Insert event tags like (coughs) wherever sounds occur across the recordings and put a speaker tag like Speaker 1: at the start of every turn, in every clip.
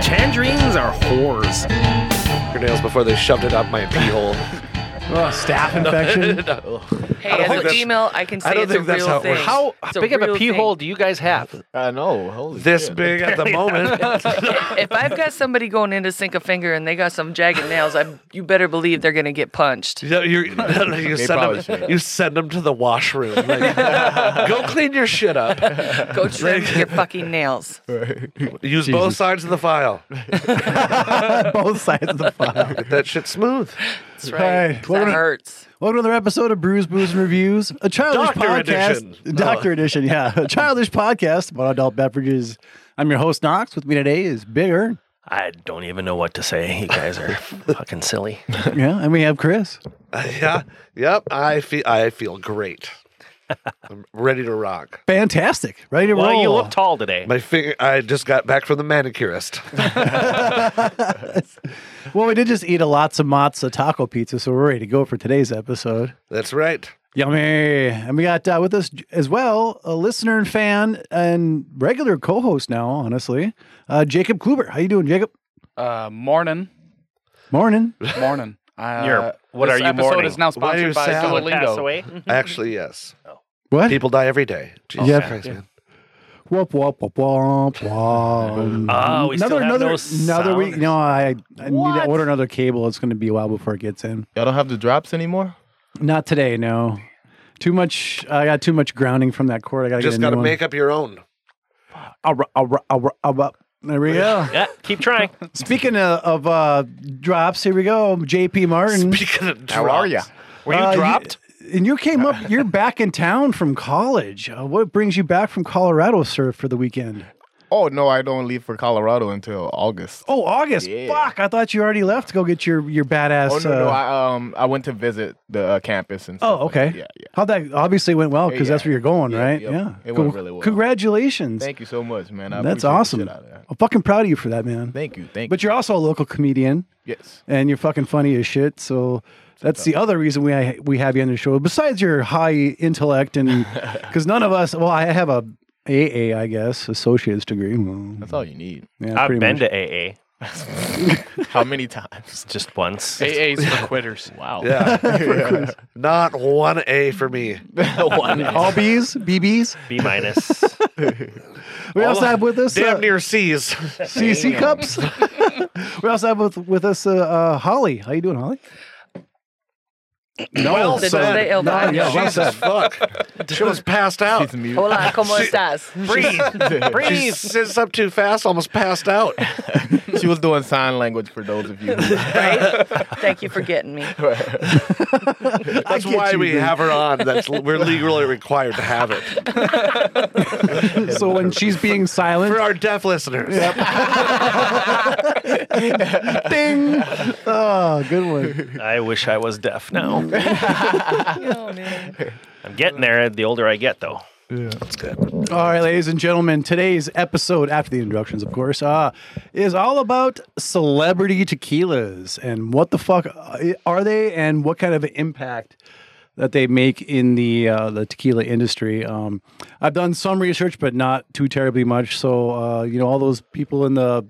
Speaker 1: Tangerines are whores.
Speaker 2: Your nails before they shoved it up my pee hole.
Speaker 3: Oh, staph infection.
Speaker 4: Hey,
Speaker 2: don't think
Speaker 4: as a
Speaker 2: that's-
Speaker 4: female, I can say
Speaker 2: I don't
Speaker 4: it's
Speaker 2: think
Speaker 4: a
Speaker 2: that's
Speaker 4: real
Speaker 2: how it
Speaker 4: thing.
Speaker 2: works.
Speaker 5: How
Speaker 4: It's
Speaker 5: big of a
Speaker 4: real
Speaker 5: pee
Speaker 4: thing.
Speaker 5: hole do you guys have?
Speaker 6: I know. Holy
Speaker 2: This
Speaker 6: shit.
Speaker 2: big at the moment.
Speaker 4: If I've got somebody going in to sink a finger and they got some
Speaker 2: (laughs)
Speaker 4: jagged nails, I you better believe they're gonna get punched.
Speaker 2: You, know, (laughs) you- no, no, you
Speaker 6: They
Speaker 2: send
Speaker 6: probably
Speaker 2: them,
Speaker 6: should.
Speaker 2: you send them to the washroom. Like, (laughs) go clean your shit up.
Speaker 4: Go trim your
Speaker 2: (laughs)
Speaker 4: fucking nails.
Speaker 2: Use both sides of the file.
Speaker 3: (laughs) Both sides of the file.
Speaker 2: Get that shit smooth.
Speaker 4: That's right.
Speaker 3: Hey, we're
Speaker 4: that
Speaker 3: gonna-
Speaker 4: hurts.
Speaker 3: Welcome to another episode of Brews, Booze, and Reviews, a childish
Speaker 2: Doctor
Speaker 3: podcast.
Speaker 2: edition.
Speaker 3: (laughs)
Speaker 2: Oh.
Speaker 3: Doctor Edition, yeah.
Speaker 2: (laughs)
Speaker 3: A childish podcast about adult beverages. I'm your host, Knox. With me today is Bigger.
Speaker 1: I don't even know what to say. You guys
Speaker 3: (laughs)
Speaker 1: are fucking silly.
Speaker 3: Yeah, and we have Chris.
Speaker 2: Uh, Yeah. Yep. I feel. I feel great. I'm ready to rock.
Speaker 3: Fantastic. Ready to
Speaker 1: Well,
Speaker 3: roll.
Speaker 1: you look tall today.
Speaker 2: My finger. I just got back from the manicurist.
Speaker 3: Well, we did just eat a lots of matzo taco pizza, so we're ready to go for today's episode.
Speaker 2: That's right.
Speaker 3: Yummy. And we got uh, with us as well a listener and fan and regular co-host now, honestly, uh, Jacob Kluber. How you doing, Jacob?
Speaker 7: Uh, morning,
Speaker 2: (laughs)
Speaker 3: Morning.
Speaker 7: morning. Uh,
Speaker 1: You're- what
Speaker 7: this
Speaker 1: are you
Speaker 7: episode
Speaker 1: mourning?
Speaker 7: is now
Speaker 2: Why are you
Speaker 7: sponsored by
Speaker 2: sad?
Speaker 1: Someone pass
Speaker 7: (laughs) Duolingo.
Speaker 1: away.
Speaker 2: Actually, yes.
Speaker 3: What?
Speaker 2: People die every day. Jesus
Speaker 3: Yeah.
Speaker 2: Christ, man.
Speaker 3: Whoop, whoop, whoop, whoop, whoop.
Speaker 1: Oh, we still
Speaker 3: another,
Speaker 1: have no
Speaker 3: another week.
Speaker 1: sound?
Speaker 3: No, I, I need to order another cable. It's going to be a while before it gets in.
Speaker 6: Y'all don't have the drops anymore?
Speaker 3: Not today, no. Too much. I got too much grounding from that cord. I got to
Speaker 2: Just
Speaker 3: get a new
Speaker 2: got to
Speaker 3: one.
Speaker 2: make up your own.
Speaker 3: Ah, rah, ah, rah, ah, rah, ah, rah. There we go.
Speaker 1: Yeah, keep (laughs) trying.
Speaker 3: Speaking of, of uh, drops, here we go. JP Martin.
Speaker 2: Speaking of drops,
Speaker 6: How are ya?
Speaker 1: Were you
Speaker 3: Uh,
Speaker 1: dropped?
Speaker 3: and you came up, you're back in town from college. Uh, what brings you back from Colorado, sir, for the weekend?
Speaker 6: Oh no, I don't leave for Colorado until August.
Speaker 3: Oh, August.
Speaker 6: Yeah.
Speaker 3: Fuck, I thought you already left to go get your, your badass.
Speaker 6: Oh no,
Speaker 3: uh,
Speaker 6: no, I um I went to visit the uh, campus and.
Speaker 3: Oh,
Speaker 6: stuff like
Speaker 3: okay.
Speaker 6: that. Yeah, yeah.
Speaker 3: How that obviously went well because
Speaker 6: Yeah.
Speaker 3: that's where you're going,
Speaker 6: Yeah,
Speaker 3: right?
Speaker 6: yep.
Speaker 3: Yeah.
Speaker 6: It went
Speaker 3: Cool.
Speaker 6: really well.
Speaker 3: Congratulations.
Speaker 6: Thank you so much, man. I
Speaker 3: that's
Speaker 6: appreciate the
Speaker 3: awesome.
Speaker 6: shit out of that.
Speaker 3: I'm fucking proud of you for that, man.
Speaker 6: Thank you, thank
Speaker 3: But
Speaker 6: you.
Speaker 3: you're also a local comedian.
Speaker 6: yes,
Speaker 3: and you're fucking funny as shit. So that's the other reason we I, we have you on the show. Besides your high intellect
Speaker 6: (laughs)
Speaker 3: and because none of us, well, I have a AA, I guess, associate's degree. Well,
Speaker 6: that's all you need.
Speaker 3: (laughs) yeah,
Speaker 1: I've
Speaker 3: pretty
Speaker 1: been
Speaker 3: much.
Speaker 1: to AA
Speaker 6: How many (laughs) times?
Speaker 1: just once.
Speaker 7: AA's for quitters. Wow.
Speaker 2: Yeah. Not one A for me.
Speaker 6: One.
Speaker 3: all B's, BBs.
Speaker 1: B minus.
Speaker 3: We also have with us
Speaker 2: Damn
Speaker 3: uh,
Speaker 2: near C's.
Speaker 3: CC cups. (laughs) we also have with with us uh, uh, Holly. How you doing, Holly?
Speaker 2: No, well
Speaker 4: Did not they ill
Speaker 3: No, yeah, well
Speaker 2: Jesus
Speaker 3: said.
Speaker 2: fuck. She was passed out.
Speaker 6: She's
Speaker 2: (laughs)
Speaker 6: mute.
Speaker 4: Hola, como estas?
Speaker 1: Breathe.
Speaker 2: She
Speaker 1: Breathe.
Speaker 2: sits up too fast, almost passed out.
Speaker 6: She was doing sign language for those of you. (laughs) who-
Speaker 4: Right?
Speaker 2: (laughs)
Speaker 4: Thank you for getting me.
Speaker 2: That's why we have her on. That's we're legally required to have it
Speaker 3: (laughs) So when she's being silent,
Speaker 2: (laughs) for our deaf
Speaker 3: (laughs)
Speaker 2: listeners.
Speaker 3: ding. Oh, good one.
Speaker 1: I wish I was deaf (laughs) now.
Speaker 4: Oh man.
Speaker 1: I'm getting there the older I get, though.
Speaker 3: All right, ladies and gentlemen, today's episode, after the introductions, of course, uh, is all about celebrity tequilas and what the fuck uh, are they and what kind of impact that they make in the uh, the tequila industry. Um, I've done some research, but not too terribly much. So, uh, you know, all those people in the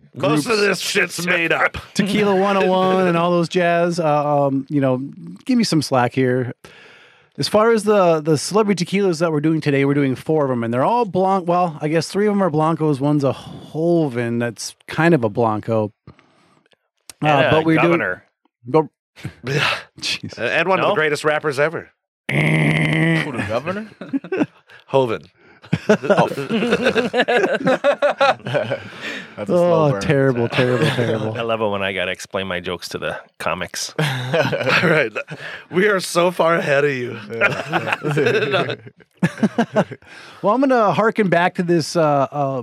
Speaker 3: groups-
Speaker 2: Most of this shit's made up. (laughs)
Speaker 3: Tequila
Speaker 6: (laughs)
Speaker 3: 101 and all those jazz. Uh, um, you know, give me some slack here. As far as the the celebrity tequilas that we're doing today, we're doing four of them, and they're all blanc. Well, I guess three of them are blancos. One's a Holvin that's kind of a blanco. Uh,
Speaker 1: And, uh,
Speaker 3: but we're
Speaker 1: governor.
Speaker 3: doing. But, Jeez.
Speaker 2: And Uh, one of
Speaker 1: No?
Speaker 2: the greatest rappers ever,
Speaker 6: who, the governor?
Speaker 2: (laughs) Hovind.
Speaker 6: (laughs) That's a slow
Speaker 3: Oh,
Speaker 6: burn.
Speaker 3: terrible, terrible, terrible.
Speaker 6: (laughs)
Speaker 1: I love it when I got to explain my jokes to the comics.
Speaker 2: All right, we are so far ahead of you.
Speaker 3: Well, I'm going to harken back to this uh, uh,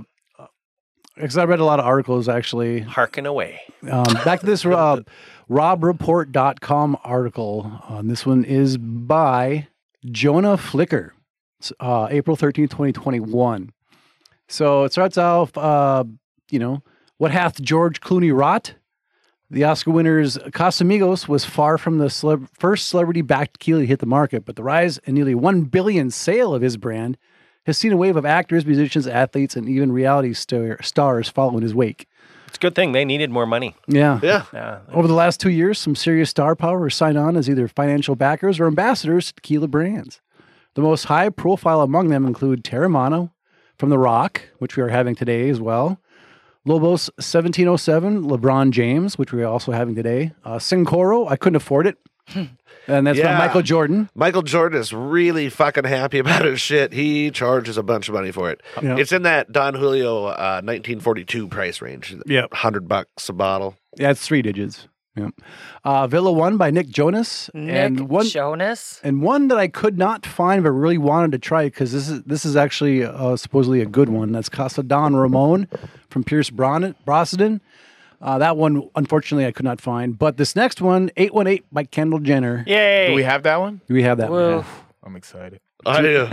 Speaker 3: because I read a lot of articles actually.
Speaker 1: Harken away.
Speaker 3: Um, back to this uh, RobReport.com article. Uh, this one is by Jonah Flicker, It's, uh, April 13th, 2021. So it starts off, uh, you know, what hath George Clooney wrought? The Oscar winners Casamigos was far from the celeb- first celebrity backed tequila to hit the market, but the rise and nearly 1 billion sale of his brand has seen a wave of actors, musicians, athletes, and even reality star- stars following his wake.
Speaker 1: It's a good thing they needed more money.
Speaker 3: Yeah.
Speaker 2: Yeah.
Speaker 1: Yeah.
Speaker 3: Over the last two years, some serious star power were signed on as either financial backers or ambassadors to tequila brands. The most high profile among them include Terramano from The Rock, which we are having today as well. Lobos 1707, LeBron James, which we are also having today. Uh, Sincoro, I couldn't afford it. And that's
Speaker 2: Yeah.
Speaker 3: by Michael Jordan.
Speaker 2: Michael Jordan is really fucking happy (laughs) about his shit. He charges a bunch of money for it.
Speaker 3: Yeah.
Speaker 2: It's in that Don Julio uh, 1942 price range.
Speaker 3: Yep.
Speaker 2: 100 bucks
Speaker 3: (laughs)
Speaker 2: a bottle.
Speaker 3: Yeah, it's three digits. Yeah. Uh, Villa 1 by Nick Jonas.
Speaker 4: Nick
Speaker 3: and one,
Speaker 4: Jonas.
Speaker 3: and one that I could not find but really wanted to try because this is this is actually uh, supposedly a good one. That's Casa Don Ramon from Pierce Bron- Brosnan. Uh, that one, unfortunately, I could not find. But this next one, eight one eight by Kendall Jenner.
Speaker 1: Yay.
Speaker 6: Do we have that one?
Speaker 3: Do We have that. one?
Speaker 4: Whoa.
Speaker 6: I'm excited.
Speaker 2: I do.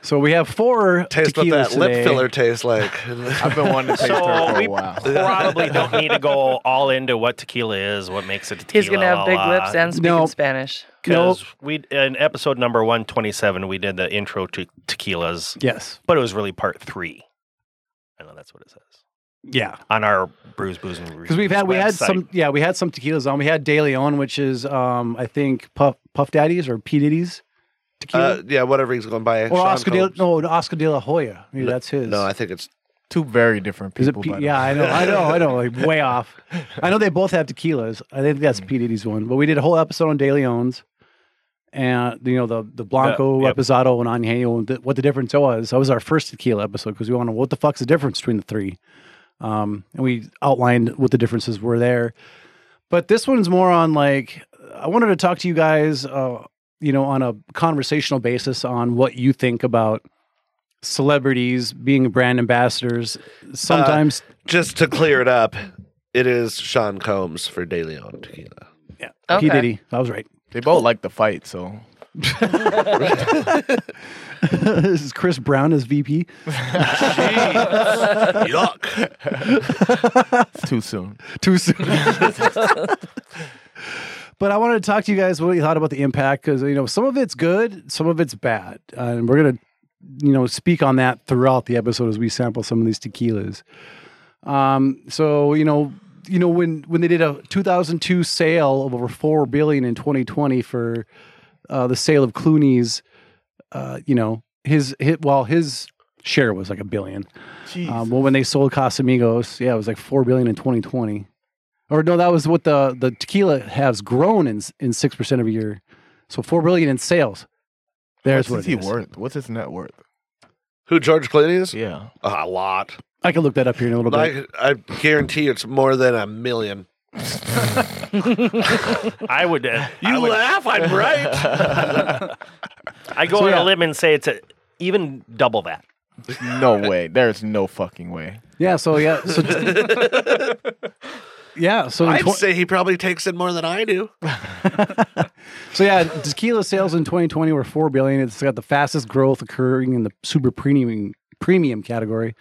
Speaker 3: So we have four
Speaker 2: Taste what
Speaker 3: tequilas
Speaker 2: that lip
Speaker 3: today.
Speaker 2: filler tastes like.
Speaker 6: (laughs) (laughs)
Speaker 2: Uh,
Speaker 6: I've been wanting to
Speaker 2: (laughs)
Speaker 6: taste her
Speaker 1: So
Speaker 6: for
Speaker 1: we
Speaker 6: a (laughs) while.
Speaker 1: probably don't need to go all into what tequila is, what makes it tequila.
Speaker 4: He's gonna have big lips and speak
Speaker 3: No.
Speaker 4: in Spanish.
Speaker 1: because we in episode number one twenty seven we did the intro to tequilas,
Speaker 3: Yes.
Speaker 1: but it was really part three. I know that's what it says
Speaker 3: Yeah.
Speaker 1: on our Brews Booze and
Speaker 3: Because we've had we had some yeah we had some tequilas on. We had De Leon, which is um, I think Puff Puff Daddy's or P Diddy's tequila.
Speaker 2: uh, yeah, whatever he's going by.
Speaker 3: or
Speaker 2: Sean
Speaker 3: Oscar de,
Speaker 2: Combs.
Speaker 3: no, Oscar de la Hoya. Maybe that's his.
Speaker 2: No, I think it's.
Speaker 6: Two very different
Speaker 3: Is it
Speaker 6: people.
Speaker 3: P-
Speaker 6: by the
Speaker 3: yeah,
Speaker 6: way.
Speaker 3: I know, I know, I know, like way off. I know they both have tequilas. I think that's P Diddy's one. But we did a whole episode on De Leon's and you know the the Blanco,
Speaker 1: yep.
Speaker 3: Reposado, and Añejo, and th- what the difference was. That was our first tequila episode because we want to know what the fuck's the difference between the three. Um, and we outlined what the differences were there. But this one's more on like I wanted to talk to you guys, uh, you know, on a conversational basis on what you think about celebrities being brand ambassadors. Sometimes
Speaker 2: Just to clear it up, it is Sean Combs for De Leon tequila.
Speaker 3: P
Speaker 4: Okay.
Speaker 3: Diddy. I was right. (laughs)
Speaker 6: They both like to fight, so
Speaker 3: this is Chris Brown as VP.
Speaker 2: Yuck.
Speaker 6: it's too soon.
Speaker 3: Too soon. (laughs) but I wanted to talk to you guys what you thought about the impact because you know some of it's good, some of it's bad, uh, and we're gonna you know speak on that throughout the episode as we sample some of these tequilas. Um, so you know. You know when when they did a 2002 sale of over four billion in 2020 for uh, the sale of Clooney's, uh, you know his hit while his share was like a billion.
Speaker 6: (laughs) Jeez.
Speaker 3: Um, well, when they sold Casamigos, yeah, it was like four billion in 2020, or no, that was what the the tequila has grown in in six percent of a year, so four billion in sales. There's
Speaker 6: What's
Speaker 3: what it is.
Speaker 6: he worth? What's his net worth?
Speaker 2: (laughs) Who George Clooney is?
Speaker 6: Yeah.
Speaker 2: a lot.
Speaker 3: I can look that up here in a little bit.
Speaker 2: Like, I guarantee it's more than a million.
Speaker 1: I would. Uh, I, would
Speaker 2: laugh? I'm right.
Speaker 1: I go
Speaker 3: So,
Speaker 1: on
Speaker 3: yeah.
Speaker 1: a limb and say it's a, even double that.
Speaker 6: No way. There's no fucking way.
Speaker 3: Yeah, so yeah, so yeah, so in
Speaker 2: I'd
Speaker 3: twen-
Speaker 2: say he probably takes in more than I do.
Speaker 3: So yeah, tequila sales in 2020 were four billion. It's got the fastest growth occurring in the super premium premium category.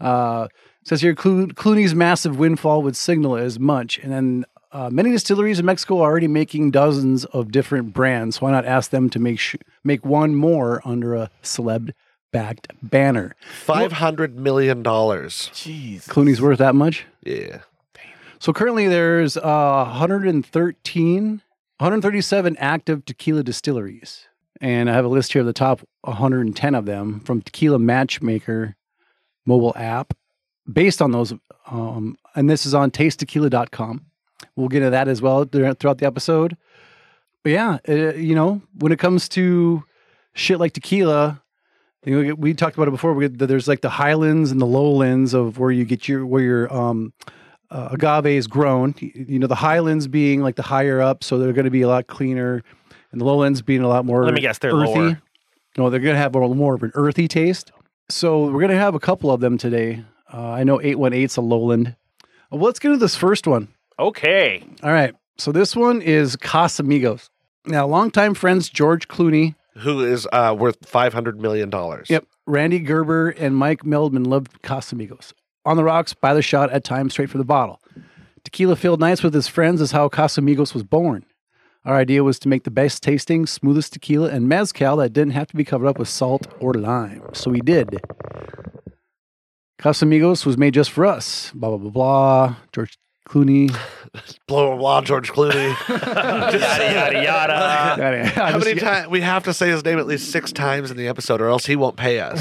Speaker 3: Uh, says here Clo- Clooney's massive windfall would signal as much, and then uh, many distilleries in Mexico are already making dozens of different brands. Why not ask them to make sh- make one more under a celeb backed banner?
Speaker 2: Five hundred million dollars.
Speaker 6: Jeez.
Speaker 3: Clooney's worth that much?
Speaker 2: Yeah.
Speaker 3: So currently there's uh, 113, 137 active tequila distilleries. And I have a list here of the top 110 of them from Tequila Matchmaker mobile app based on those. Um, and this is on tastetequila.com. We'll get into that as well throughout throughout the episode. But yeah, it, you know, when it comes to shit like tequila, you know, we talked about it before. We, there's like the highlands and the lowlands of where you get your where your um, uh, agave is grown. y- You know, the highlands being like the higher up, so they're going to be a lot cleaner, and the lowlands being a lot more.
Speaker 1: Let me guess, they're
Speaker 3: earthy.
Speaker 1: lower.
Speaker 3: No, they're going to have more, more of an earthy taste. So we're going to have a couple of them today. Uh, I know 818's a lowland. Well, let's get into this first one.
Speaker 1: Okay.
Speaker 3: All right. So this one is Casamigos. Now, longtime friends George Clooney,
Speaker 2: Who is uh, worth five hundred million dollars?
Speaker 3: yep, Randy Gerber, and Mike Meldman loved Casamigos. On the rocks, by the shot, at times straight for the bottle. Tequila filled nights with his friends is how Casamigos was born. Our idea was to make the best tasting, smoothest tequila and mezcal that didn't have to be covered up with salt or lime. So we did. Casamigos was made just for us. Blah, blah, blah, blah. George
Speaker 6: (laughs)
Speaker 3: Clooney.
Speaker 2: Blow him blonde, George (laughs) Clooney.
Speaker 1: Yada yada
Speaker 2: (laughs)
Speaker 1: yada.
Speaker 3: Got it. I
Speaker 2: How
Speaker 3: just-
Speaker 2: many times we have to say his name at least six times in the episode, or else he won't pay (laughs) us.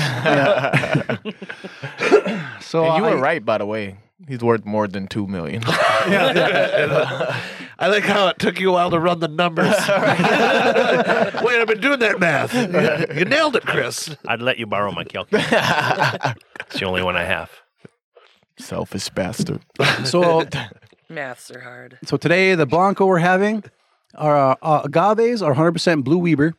Speaker 3: So
Speaker 6: And you
Speaker 3: I-
Speaker 6: were right, by the way. He's worth more than two million.
Speaker 2: (laughs)
Speaker 7: (laughs)
Speaker 2: I like how it took you a while to run the (laughs) numbers. Wait, I've been doing that math. You nailed it, Chris.
Speaker 1: I'd let you borrow my
Speaker 2: (laughs)
Speaker 1: calculator. it's the only one I have.
Speaker 6: Selfish bastard. (laughs)
Speaker 3: So
Speaker 4: Maths are hard.
Speaker 3: So today, the Blanco we're having are uh, uh, agaves are 100% Blue Weber,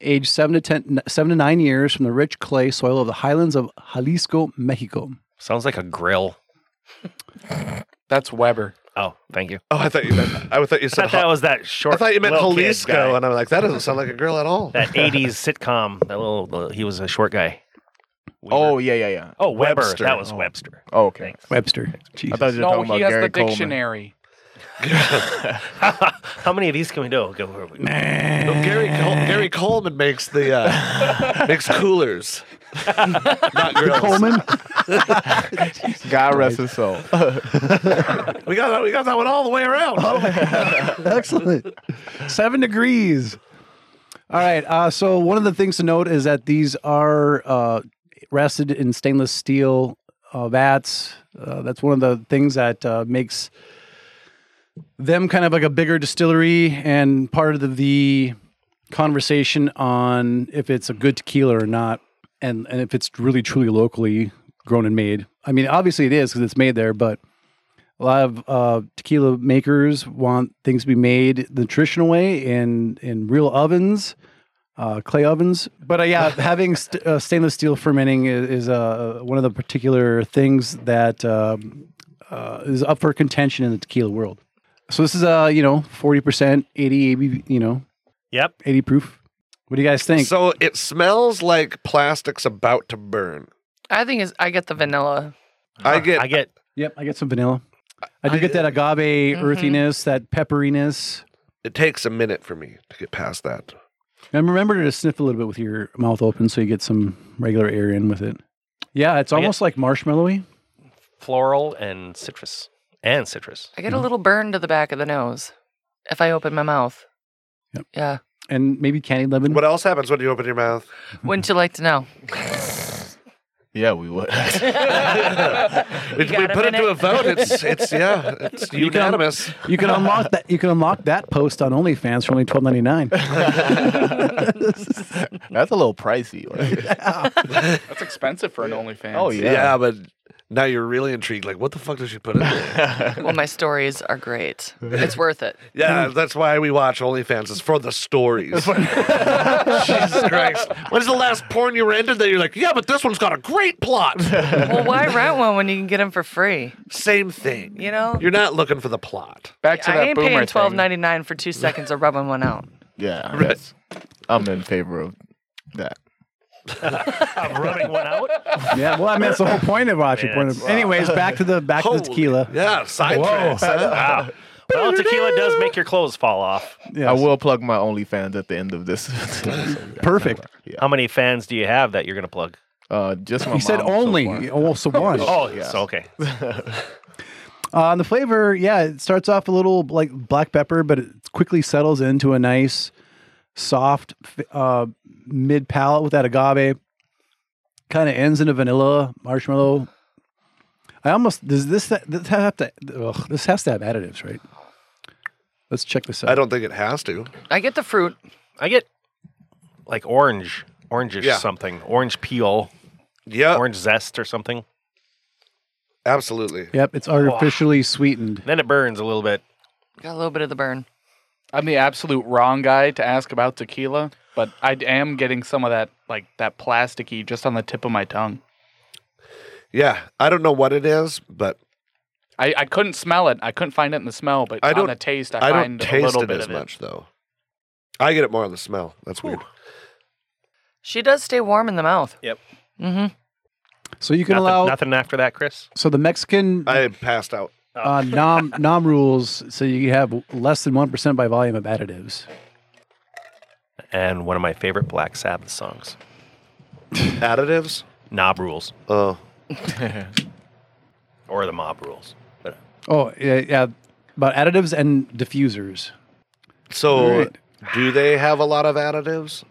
Speaker 3: aged seven to ten, seven to nine years from the rich clay soil of the highlands of Jalisco, Mexico.
Speaker 1: Sounds like a grill.
Speaker 7: That's Weber.
Speaker 1: Oh, thank you.
Speaker 2: Oh, I thought you meant I thought you
Speaker 1: I
Speaker 2: said
Speaker 1: thought that was that short.
Speaker 2: I thought you meant
Speaker 1: little kid
Speaker 2: Jalisco,
Speaker 1: guy.
Speaker 2: and I'm like, that doesn't sound like a girl at all.
Speaker 1: that '80s sitcom. That little. uh, he was a short guy. Weaver.
Speaker 6: Oh yeah, yeah, yeah.
Speaker 1: Oh, Weber.
Speaker 2: Webster.
Speaker 1: That was
Speaker 2: Oh.
Speaker 1: Webster.
Speaker 6: Oh, okay.
Speaker 3: Webster. Jesus.
Speaker 6: I thought you were
Speaker 7: No,
Speaker 6: talking
Speaker 7: he
Speaker 6: about
Speaker 7: has
Speaker 6: Gary
Speaker 7: the
Speaker 6: Coleman.
Speaker 7: dictionary.
Speaker 1: How many of these can we do? Go over.
Speaker 2: No, Oh, Gary Col-
Speaker 3: Eh.
Speaker 2: Gary Coleman makes the
Speaker 4: (laughs)
Speaker 2: uh, makes coolers, not grills.
Speaker 3: Coleman.
Speaker 6: God rest
Speaker 3: (laughs)
Speaker 6: his soul. (laughs)
Speaker 2: We got that, we got that one all the way around.
Speaker 3: Excellent. Seven degrees. All right. Uh, so one of the things to note is that these are uh, rested in stainless steel uh, vats. Uh, that's one of the things that uh, makes them kind of like a bigger distillery and part of the, the conversation on if it's a good tequila or not, and and if it's really truly locally grown and made. I mean, obviously it is because it's made there, but a lot of uh, tequila makers want things to be made the traditional way in in real ovens, uh, clay ovens. But uh, (laughs) yeah, having st- uh, stainless steel fermenting is, is uh, one of the particular things that um, uh, is up for contention in the tequila world. So this is uh, you know forty percent, eighty ABV, you know
Speaker 1: Yep.
Speaker 3: eighty proof. What do you guys think?
Speaker 2: So it smells like plastic's about to burn.
Speaker 4: I think it's, I get the vanilla. Uh-huh.
Speaker 2: I get
Speaker 1: I get.
Speaker 3: yep, I get some vanilla. I do get that agave earthiness, that pepperiness.
Speaker 2: it takes a minute for me to get past that.
Speaker 3: And remember to sniff a little bit with your mouth open so you get some regular air in with it. Yeah, it's
Speaker 1: I get-
Speaker 3: almost like marshmallowy.
Speaker 1: floral and citrus and citrus.
Speaker 4: I
Speaker 2: Mm.
Speaker 4: get a little burn to the back of the nose if I open my mouth.
Speaker 3: Yep.
Speaker 2: (laughs)
Speaker 4: Yeah.
Speaker 3: And maybe candied lemon.
Speaker 2: What else happens when you open your
Speaker 4: (laughs)
Speaker 2: mouth?
Speaker 4: Wouldn't you like to know?
Speaker 6: Yeah, we would. (laughs)
Speaker 2: We,
Speaker 4: got
Speaker 2: we
Speaker 4: a
Speaker 2: put (laughs) it to
Speaker 4: minute?
Speaker 2: a vote. It's it's yeah, it's
Speaker 3: You can-
Speaker 2: unanimous.
Speaker 3: You can unlock that you can unlock that post on OnlyFans for only twelve ninety nine.
Speaker 6: That's a little pricey.
Speaker 3: (laughs)
Speaker 6: Like,
Speaker 7: That's expensive for an OnlyFans.
Speaker 6: oh yeah.
Speaker 2: Yeah. but now you're really intrigued. Like, what the fuck does she put in there?
Speaker 4: Well, my stories are
Speaker 7: (laughs)
Speaker 4: great. It's worth it.
Speaker 2: yeah, that's why we watch OnlyFans. It's (laughs) for the stories. Jesus Christ. When's the last porn you rented that you're like, yeah, but this one's got a great (laughs) plot?
Speaker 4: Well, why rent one when you can get them for free?
Speaker 2: Same thing.
Speaker 4: You know?
Speaker 2: You're not looking for the plot.
Speaker 7: Back to
Speaker 4: I
Speaker 7: that
Speaker 4: ain't
Speaker 7: boomer
Speaker 4: paying
Speaker 7: thing.
Speaker 4: twelve ninety nine for two seconds of rubbing one out.
Speaker 6: Yeah. that's- I'm in favor of that.
Speaker 1: I'm rubbing one out.
Speaker 3: yeah, well, I mean that's the whole point of watching
Speaker 1: Yeah,
Speaker 3: porn.
Speaker 1: it's-
Speaker 3: Anyways, back to the back to
Speaker 2: (laughs) Holy-
Speaker 3: the tequila.
Speaker 2: Yeah, sidetracks. huh?
Speaker 1: Wow. Well, tequila does make your clothes fall off.
Speaker 3: Yes.
Speaker 6: I will plug my OnlyFans at the end of this. (laughs)
Speaker 3: Perfect.
Speaker 1: How many fans do you have that you're going to plug?
Speaker 6: uh, just my
Speaker 3: You said
Speaker 6: mom so
Speaker 3: only.
Speaker 6: far.
Speaker 3: oh, so one.
Speaker 1: Oh, yeah. So, okay.
Speaker 3: Uh, the flavor, yeah, it starts off a little like black pepper, but it quickly settles into a nice, soft f- uh, mid palate with that agave. Kind of ends in a vanilla marshmallow. I almost does this this have to ugh, this has to have additives, right? Let's check this out.
Speaker 2: I don't think it has to.
Speaker 4: I get the fruit.
Speaker 1: I get like orange, orangish
Speaker 2: Yeah.
Speaker 1: something, orange peel,
Speaker 2: Yeah,
Speaker 1: orange zest or something.
Speaker 2: absolutely.
Speaker 3: Yep, it's artificially sweetened.
Speaker 1: Then it burns a little bit.
Speaker 4: Got a little bit of the burn.
Speaker 7: I'm the absolute wrong guy to ask about tequila, but I am getting some of that like that plasticky just on the tip of my tongue.
Speaker 2: Yeah, I don't know what it is, but
Speaker 7: I, I couldn't smell it. I couldn't find it in the smell, but
Speaker 2: I
Speaker 7: on
Speaker 2: don't-
Speaker 7: the taste, I,
Speaker 2: I, don't
Speaker 7: find a
Speaker 2: taste
Speaker 7: little
Speaker 2: it
Speaker 7: bit
Speaker 2: as
Speaker 7: of it.
Speaker 2: much though. I get it more on the smell. That's weird.
Speaker 4: She does stay warm in the mouth.
Speaker 1: Yep.
Speaker 3: So you can
Speaker 1: Nothing,
Speaker 3: allow.
Speaker 1: nothing after that, Chris.
Speaker 3: So the Mexican
Speaker 2: I passed out.
Speaker 3: uh, nom nom rules. So you have less than one percent by volume of additives.
Speaker 1: And one of my favorite Black Sabbath songs,
Speaker 2: Additives.
Speaker 1: Knob Rules
Speaker 2: Oh,
Speaker 1: or the Mob Rules. But
Speaker 3: Oh yeah, yeah. About additives and diffusers.
Speaker 2: so
Speaker 3: Right.
Speaker 2: do they have a lot of additives?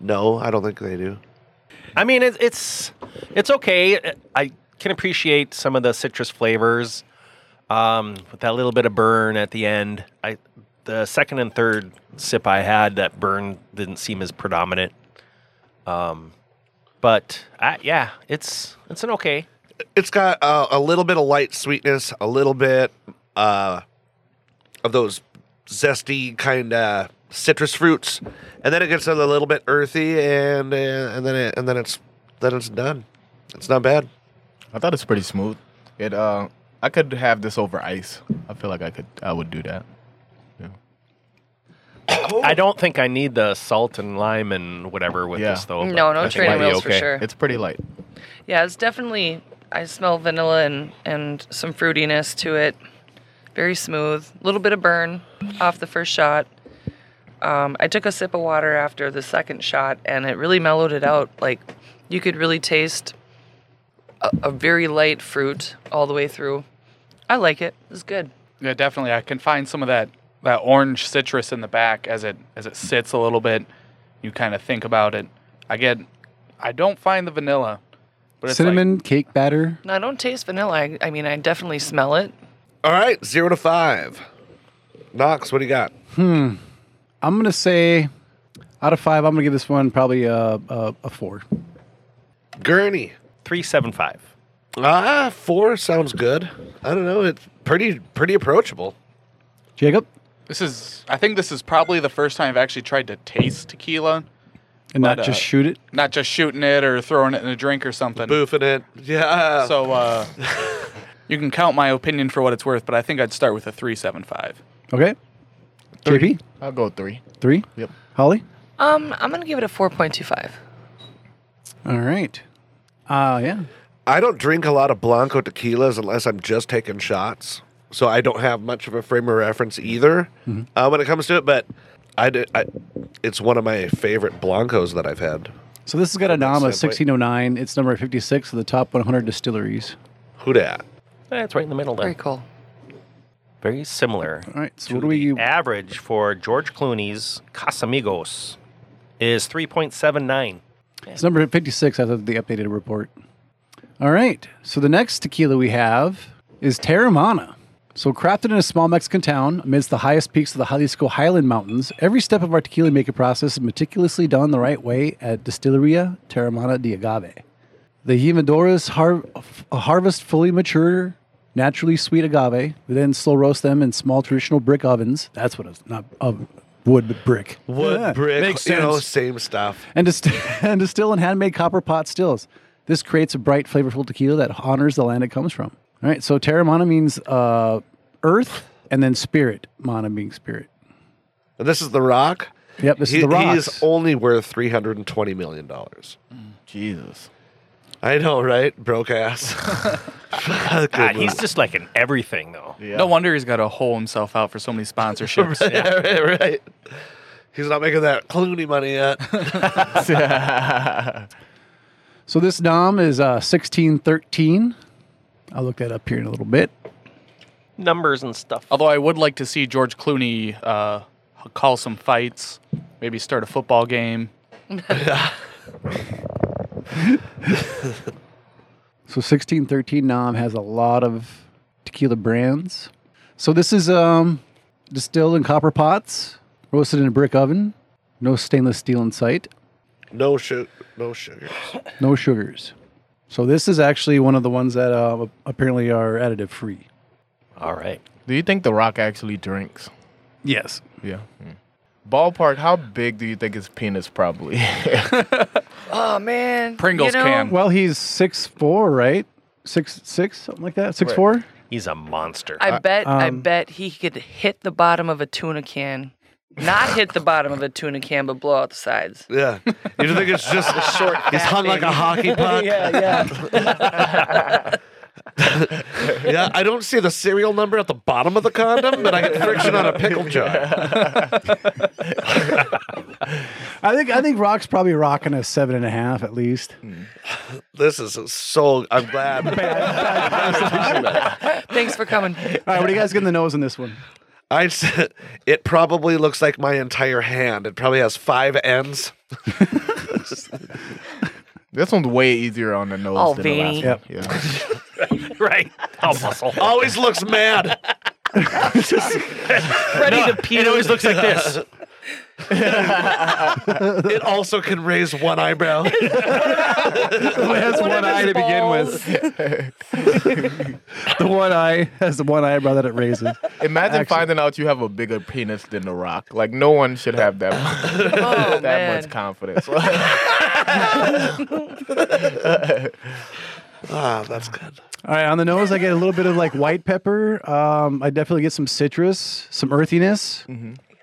Speaker 2: No, I don't think they do.
Speaker 1: I mean, it's it's it's okay. I can appreciate some of the citrus flavors um, with that little bit of burn at the end. I the second and third sip I had, that burn didn't seem as predominant. Um, but I, yeah, it's it's an okay.
Speaker 2: It's got uh, a little bit of light sweetness, a little bit uh, of those zesty kind of citrus fruits, and then it gets a little bit earthy, and uh, and then it, and then it's then it's done. It's not bad.
Speaker 6: I thought it's pretty smooth. It uh, I could have this over ice. I feel like I could, I would do that.
Speaker 1: I don't think I need the salt and lime and whatever with
Speaker 6: Yeah.
Speaker 1: this though. but
Speaker 4: No, no
Speaker 1: I think
Speaker 4: trainer
Speaker 1: I'd be
Speaker 4: wheels for sure.
Speaker 6: It's pretty light.
Speaker 4: Yeah, it's definitely. I smell vanilla and and some fruitiness to it. Very smooth. A little bit of burn off the first shot. Um, I took a sip of water after the second shot, and it really mellowed it out. Like you could really taste a, a very light fruit all the way through. I like it. It's good.
Speaker 7: Yeah, definitely. I can find some of that that orange citrus in the back as it as it sits a little bit. You kind of think about it. I get. I don't find the vanilla, but it's
Speaker 3: Cinnamon cake batter.
Speaker 4: No, I don't taste vanilla. I, I mean, I definitely smell it.
Speaker 2: All right, zero to five. Knox, what do you got?
Speaker 3: I'm gonna say, out of five, I'm gonna give this one probably a a, a four.
Speaker 2: Gurney.
Speaker 1: Three seven five.
Speaker 2: Ah, four sounds good. I don't know. It's pretty pretty approachable.
Speaker 3: Jacob
Speaker 7: Like, this is. I think this is probably the first time I've actually tried to taste tequila,
Speaker 3: and not
Speaker 7: But, uh,
Speaker 3: just shoot it.
Speaker 7: not just shooting it or throwing it in a drink or something.
Speaker 2: Boofing it. Yeah.
Speaker 7: So uh, (laughs) you can count my opinion for what it's worth, but I think I'd start with a three seven five.
Speaker 3: Okay. JP
Speaker 6: I'll go three.
Speaker 3: three.
Speaker 6: Yep.
Speaker 3: Holly.
Speaker 4: Um, I'm gonna give it a 4.25.
Speaker 3: All right. Uh yeah.
Speaker 2: I don't drink a lot of Blanco tequilas unless I'm just taking shots. So I don't have much of a frame of reference either
Speaker 3: Mm-hmm.
Speaker 2: uh, when it comes to it. But I, do, I, it's one of my favorite Blancos that I've had.
Speaker 3: So this has got a nom of
Speaker 2: standpoint.
Speaker 3: 1609. It's number 56 of the top 100 distilleries.
Speaker 2: Who dat?
Speaker 1: Eh, it's right in the middle
Speaker 4: Very
Speaker 1: there.
Speaker 4: cool.
Speaker 1: Very similar.
Speaker 3: All right. So
Speaker 1: to
Speaker 3: what do we?
Speaker 1: the average for George Clooney's Casamigos is 3.79.
Speaker 3: It's number 56 out of the updated report. All right. So the next tequila we have is Terramana. So crafted in a small Mexican town amidst the highest peaks of the Jalisco Highland Mountains, every step of our tequila making process is meticulously done the right way at Distilleria Terramana de Agave. The Jimadoras har- f- harvest fully mature, naturally sweet agave. We then slow roast them in small traditional brick ovens. That's what it's not oven, wood, but brick.
Speaker 2: Wood,
Speaker 3: Yeah,
Speaker 2: brick,
Speaker 3: Makes
Speaker 2: you
Speaker 3: sense
Speaker 2: know, same stuff.
Speaker 3: and distill (laughs) and distill in handmade copper pot stills. This creates a bright, flavorful tequila that honors the land it comes from. All right, so terramana means uh, earth, and then spirit, mana being spirit.
Speaker 2: And this is The Rock.
Speaker 3: Yep, this
Speaker 2: He-
Speaker 3: is the
Speaker 2: He's
Speaker 3: rocks.
Speaker 2: only worth $320 million.
Speaker 6: Jesus.
Speaker 2: I know, right?
Speaker 3: (laughs)
Speaker 2: Broke ass. Fucking
Speaker 1: God, he's just like in everything, though.
Speaker 6: Yeah.
Speaker 7: No wonder he's got to hole himself out for so many sponsorships.
Speaker 2: Yeah, right, (laughs) right. He's not making that Clooney
Speaker 3: (laughs)
Speaker 2: money yet.
Speaker 3: So this nom is uh, sixteen thirteen. I'll look that up here in a little bit.
Speaker 1: Numbers and stuff.
Speaker 7: Although I would like to see George Clooney uh, call some fights, maybe start a football game.
Speaker 3: So sixteen thirteen nom has a lot of tequila brands. So this is um, distilled in copper pots, roasted in a brick oven, no stainless steel in sight.
Speaker 2: no sugar. No sugar.
Speaker 3: No sugars. So this is actually one of the ones that uh, apparently are additive free.
Speaker 1: All right.
Speaker 6: Do you think The Rock actually drinks?
Speaker 3: Yes.
Speaker 6: Yeah. Ballpark, how big do you think his penis probably?
Speaker 4: Oh man,
Speaker 7: Pringles
Speaker 4: you know,
Speaker 7: can.
Speaker 3: Well, he's six four, right? six six something like that. Six four.
Speaker 8: He's a monster.
Speaker 4: I bet I
Speaker 3: um,
Speaker 4: bet he could hit the bottom of a tuna can. Not hit the bottom of a tuna can, but blow out the sides.
Speaker 2: Yeah. You don't think it's just short? It's hung like a hockey puck. yeah, (laughs) yeah. I don't see the serial number at the bottom of the condom, but I get friction on a pickle jar.
Speaker 3: I think I think Rock's probably rocking a seven and a half at least.
Speaker 2: This is so. I'm glad.
Speaker 4: Thanks
Speaker 3: (laughs)
Speaker 4: for coming.
Speaker 3: All right, what do you guys getting the nose in this one?
Speaker 2: I. s- It probably looks like my entire hand. It probably has five ends.
Speaker 6: (laughs) This one's way easier on the nose
Speaker 4: All
Speaker 6: than the last
Speaker 4: veiny.
Speaker 6: one. Yeah.
Speaker 1: (laughs)
Speaker 8: right. All muscle.
Speaker 2: Always looks mad.
Speaker 8: Ready to pee. It always looks like (laughs) this.
Speaker 2: It also can raise one eyebrow.
Speaker 3: has (laughs) one,
Speaker 4: of his
Speaker 3: eye to begin with. (laughs) the one eye has the one eyebrow that it raises.
Speaker 6: Imagine
Speaker 3: Actually-
Speaker 6: finding out you have a bigger penis than The Rock. Like no one should have
Speaker 4: (laughs)
Speaker 6: that much, (laughs)
Speaker 4: Oh
Speaker 6: that
Speaker 4: man.
Speaker 6: much confidence. (laughs)
Speaker 2: Ah, that's good.
Speaker 3: All right, on the nose, I get a little bit of like white pepper. Um, I definitely get some citrus, some earthiness.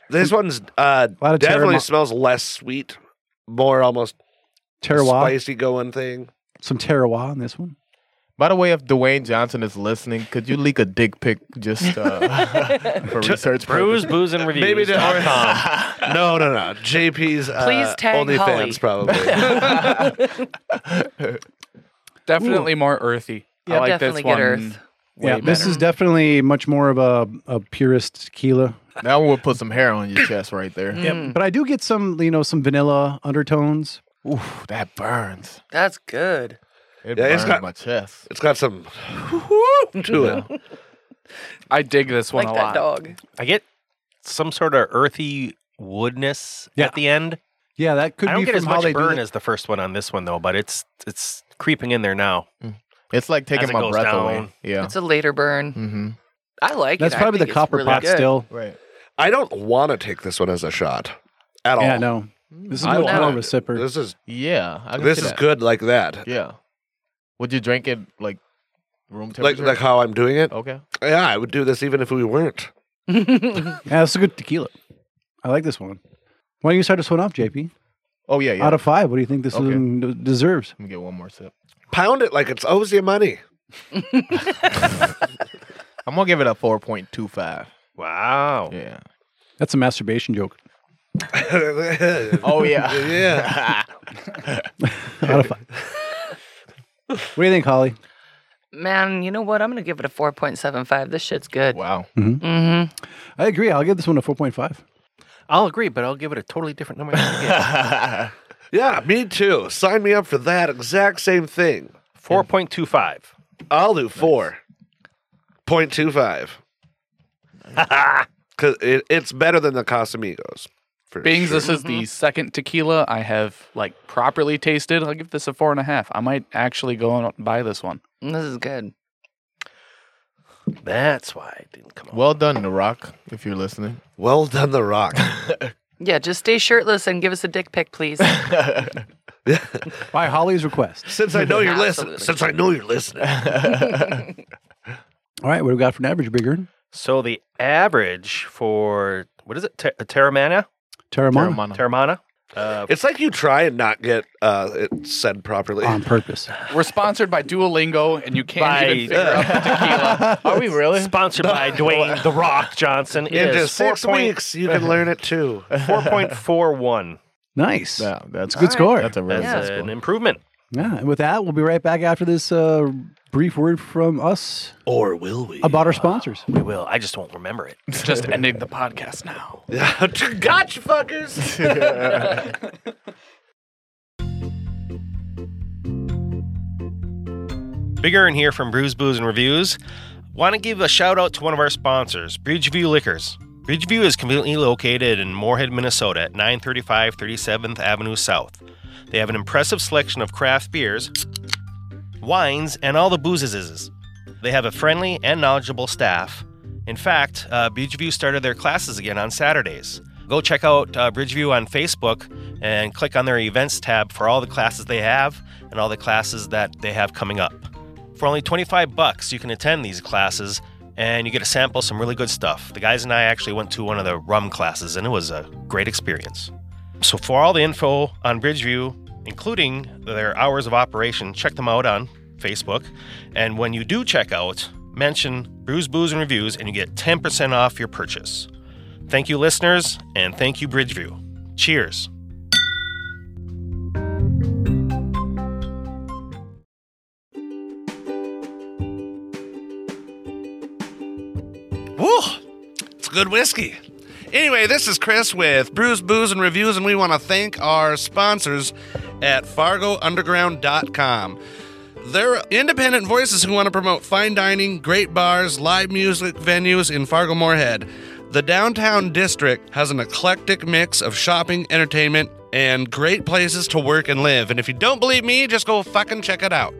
Speaker 2: This one's uh,
Speaker 3: lot of
Speaker 2: definitely
Speaker 3: teramo-
Speaker 2: smells less sweet, more almost
Speaker 3: Terroir,
Speaker 2: spicy going thing.
Speaker 3: some terroir in this one.
Speaker 6: By the way, if Dwayne Johnson is listening, could you leak a dick pic
Speaker 4: (laughs)
Speaker 6: just uh, for research
Speaker 1: Brews, (laughs)
Speaker 6: purposes?
Speaker 1: booze, and reviews.
Speaker 2: Maybe the
Speaker 1: dot com.
Speaker 2: (laughs) no, no, no. JP's uh,
Speaker 4: Please tag Holly.
Speaker 2: OnlyFans probably.
Speaker 7: Definitely more earthy.
Speaker 4: Yeah,
Speaker 7: I like
Speaker 4: definitely
Speaker 7: this
Speaker 4: get
Speaker 7: one.
Speaker 4: earth.
Speaker 3: yeah, this is definitely much more of a, a purist tequila.
Speaker 6: That one would put some hair on your chest right there.
Speaker 4: Mm.
Speaker 8: Mm.
Speaker 3: Yep. But I do get some, you know, some vanilla undertones.
Speaker 6: Oof, that burns.
Speaker 4: That's good.
Speaker 6: It
Speaker 2: Yeah, it's
Speaker 6: burns
Speaker 2: got-
Speaker 6: my chest.
Speaker 2: it's got some (laughs) to it.
Speaker 7: I dig this one
Speaker 4: Like
Speaker 7: a lot.
Speaker 4: that dog.
Speaker 8: I get some sort of earthy woodness
Speaker 3: Yeah.
Speaker 8: at the end.
Speaker 3: Yeah, that could
Speaker 8: I don't
Speaker 3: be
Speaker 8: get
Speaker 3: from
Speaker 8: as
Speaker 3: how
Speaker 8: much
Speaker 3: they do
Speaker 8: burn
Speaker 3: it.
Speaker 8: as the first one on this one though, but it's it's creeping in there now.
Speaker 6: It's like
Speaker 8: it
Speaker 6: taking my
Speaker 8: goes
Speaker 6: breath
Speaker 8: down.
Speaker 6: away. Yeah.
Speaker 4: It's a later burn.
Speaker 6: Mm-hmm.
Speaker 4: I like it.
Speaker 3: Hmm. That's
Speaker 4: I
Speaker 3: probably the
Speaker 4: think it's
Speaker 3: copper
Speaker 4: really
Speaker 3: pot
Speaker 4: good.
Speaker 3: still.
Speaker 6: Right.
Speaker 2: I don't want to take this one as a shot at
Speaker 3: Yeah,
Speaker 2: all.
Speaker 3: no. This is
Speaker 2: I
Speaker 3: much
Speaker 2: want
Speaker 3: more of a
Speaker 2: it.
Speaker 3: sipper.
Speaker 2: This is
Speaker 6: Yeah. I can
Speaker 2: this
Speaker 6: see
Speaker 2: is
Speaker 6: that.
Speaker 2: good like that.
Speaker 6: Yeah. Would you drink it like room
Speaker 2: Like
Speaker 6: temperature? Oh.
Speaker 2: like how I'm doing it.
Speaker 6: okay.
Speaker 2: Yeah, I would do this even if we weren't.
Speaker 3: (laughs) Yeah, that's a good tequila. I like this one. Why don't you start this one off, JP?
Speaker 6: Oh yeah. Yeah.
Speaker 3: Out of five, what do you think this
Speaker 6: Okay.
Speaker 3: one d- deserves?
Speaker 6: Let me get one more sip.
Speaker 2: Pound it like it's owes you money. (laughs)
Speaker 6: I'm gonna give it a 4.25.
Speaker 8: Wow.
Speaker 6: Yeah.
Speaker 3: That's a masturbation joke.
Speaker 6: Oh yeah.
Speaker 2: (laughs) yeah.
Speaker 3: Out of five. (laughs) what do you think, Holly?
Speaker 4: (laughs) Man, you know what? I'm gonna give it a 4.75. This shit's good.
Speaker 6: wow.
Speaker 4: Mm-hmm.
Speaker 3: I agree. I'll give this one a 4.5.
Speaker 8: I'll agree, but I'll give it a totally different number. than you gave.
Speaker 2: Yeah, me too. Sign me up for that exact same thing.
Speaker 8: 4.25.
Speaker 2: I'll do four point two five. Because it, it's better than the Casamigos. For
Speaker 7: Being
Speaker 2: sure.
Speaker 7: this is
Speaker 4: Mm-hmm.
Speaker 7: the second tequila I have like properly tasted, I'll give this a four and a half. I might actually go and buy this one.
Speaker 4: This is good.
Speaker 8: That's why it didn't come up.
Speaker 6: Well done, The Rock, if you're listening.
Speaker 2: well done, The Rock.
Speaker 4: Yeah, just stay shirtless and give us a dick pic,
Speaker 3: (laughs)
Speaker 4: please.
Speaker 3: By Holly's request.
Speaker 2: since I know you're listening,
Speaker 4: Absolutely.
Speaker 2: since I know you're listening,
Speaker 3: All right, what do we got for an average, Bigger?
Speaker 8: So the average for what is it? Ter- Terramana?
Speaker 3: Terramana.
Speaker 6: Terramana.
Speaker 8: Terramana? Uh,
Speaker 2: it's like you try and not get uh, it said properly.
Speaker 3: On purpose.
Speaker 7: We're sponsored by Duolingo, and you can't
Speaker 8: By-
Speaker 7: even figure out the
Speaker 8: (laughs)
Speaker 7: tequila.
Speaker 6: Are we really?
Speaker 8: sponsored
Speaker 7: (laughs)
Speaker 8: by Dwayne The Rock Johnson. It
Speaker 2: In
Speaker 8: is
Speaker 2: just six
Speaker 8: 4.
Speaker 2: weeks, you can learn it too.
Speaker 8: (laughs) 4.41.
Speaker 3: Nice.
Speaker 6: Yeah, that's
Speaker 3: Good score.
Speaker 6: That's a really
Speaker 8: That's
Speaker 6: good
Speaker 8: an
Speaker 6: score.
Speaker 8: improvement.
Speaker 3: Yeah, and with that, we'll be right back after this uh, brief word from us. Or will
Speaker 2: (laughs)
Speaker 3: we? About our sponsors.
Speaker 8: We will. I just won't remember it.
Speaker 7: Just ending the podcast now.
Speaker 2: gotcha, fuckers.
Speaker 8: Bigger in here from Brews, Booze, and Reviews. Want to give a shout out to one of our sponsors, Bridgeview Liquors. Bridgeview is conveniently located in Moorhead, Minnesota at 935 37th Avenue South. They have an impressive selection of craft beers, wines, and all the boozes. They have a friendly and knowledgeable staff. In fact, uh, Bridgeview started their classes again on Saturdays. Go check out uh, Bridgeview on Facebook and click on their events tab for all the classes they have and all the classes that they have coming up. For only 25 bucks, you can attend these classes and you get to sample some really good stuff. The guys and I actually went to one of the rum classes and it was a great experience. So for all the info on Bridgeview, including their hours of operation, check them out on Facebook. And when you do check out, mention Brews, Booze, and Reviews and you get 10% off your purchase. Thank you, listeners, and thank you, Bridgeview. Cheers.
Speaker 2: Woo! It's good whiskey. Anyway, this is Chris with Brews, Booze, and Reviews, and we want to thank our sponsors at FargoUnderground.com. They're independent voices who want to promote fine dining, great bars, live music venues in Fargo Moorhead. The downtown district has an eclectic mix of shopping, entertainment, and great places to work and live. And if you don't believe me, just go fucking check it out.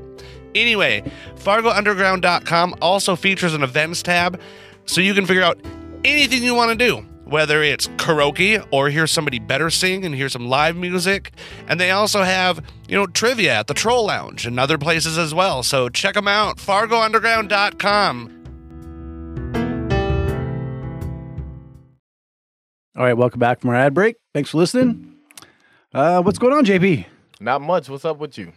Speaker 2: Anyway, FargoUnderground.com also features an events tab so you can figure out anything you want to do, whether it's karaoke or hear somebody better sing and hear some live music. And they also have, you know, trivia at the Troll Lounge and other places as well. So check them out, FargoUnderground.com.
Speaker 3: All right, welcome back from our ad break. Thanks for listening. Uh, what's going on, JP?
Speaker 6: Not much. What's up
Speaker 8: (laughs)
Speaker 6: with you?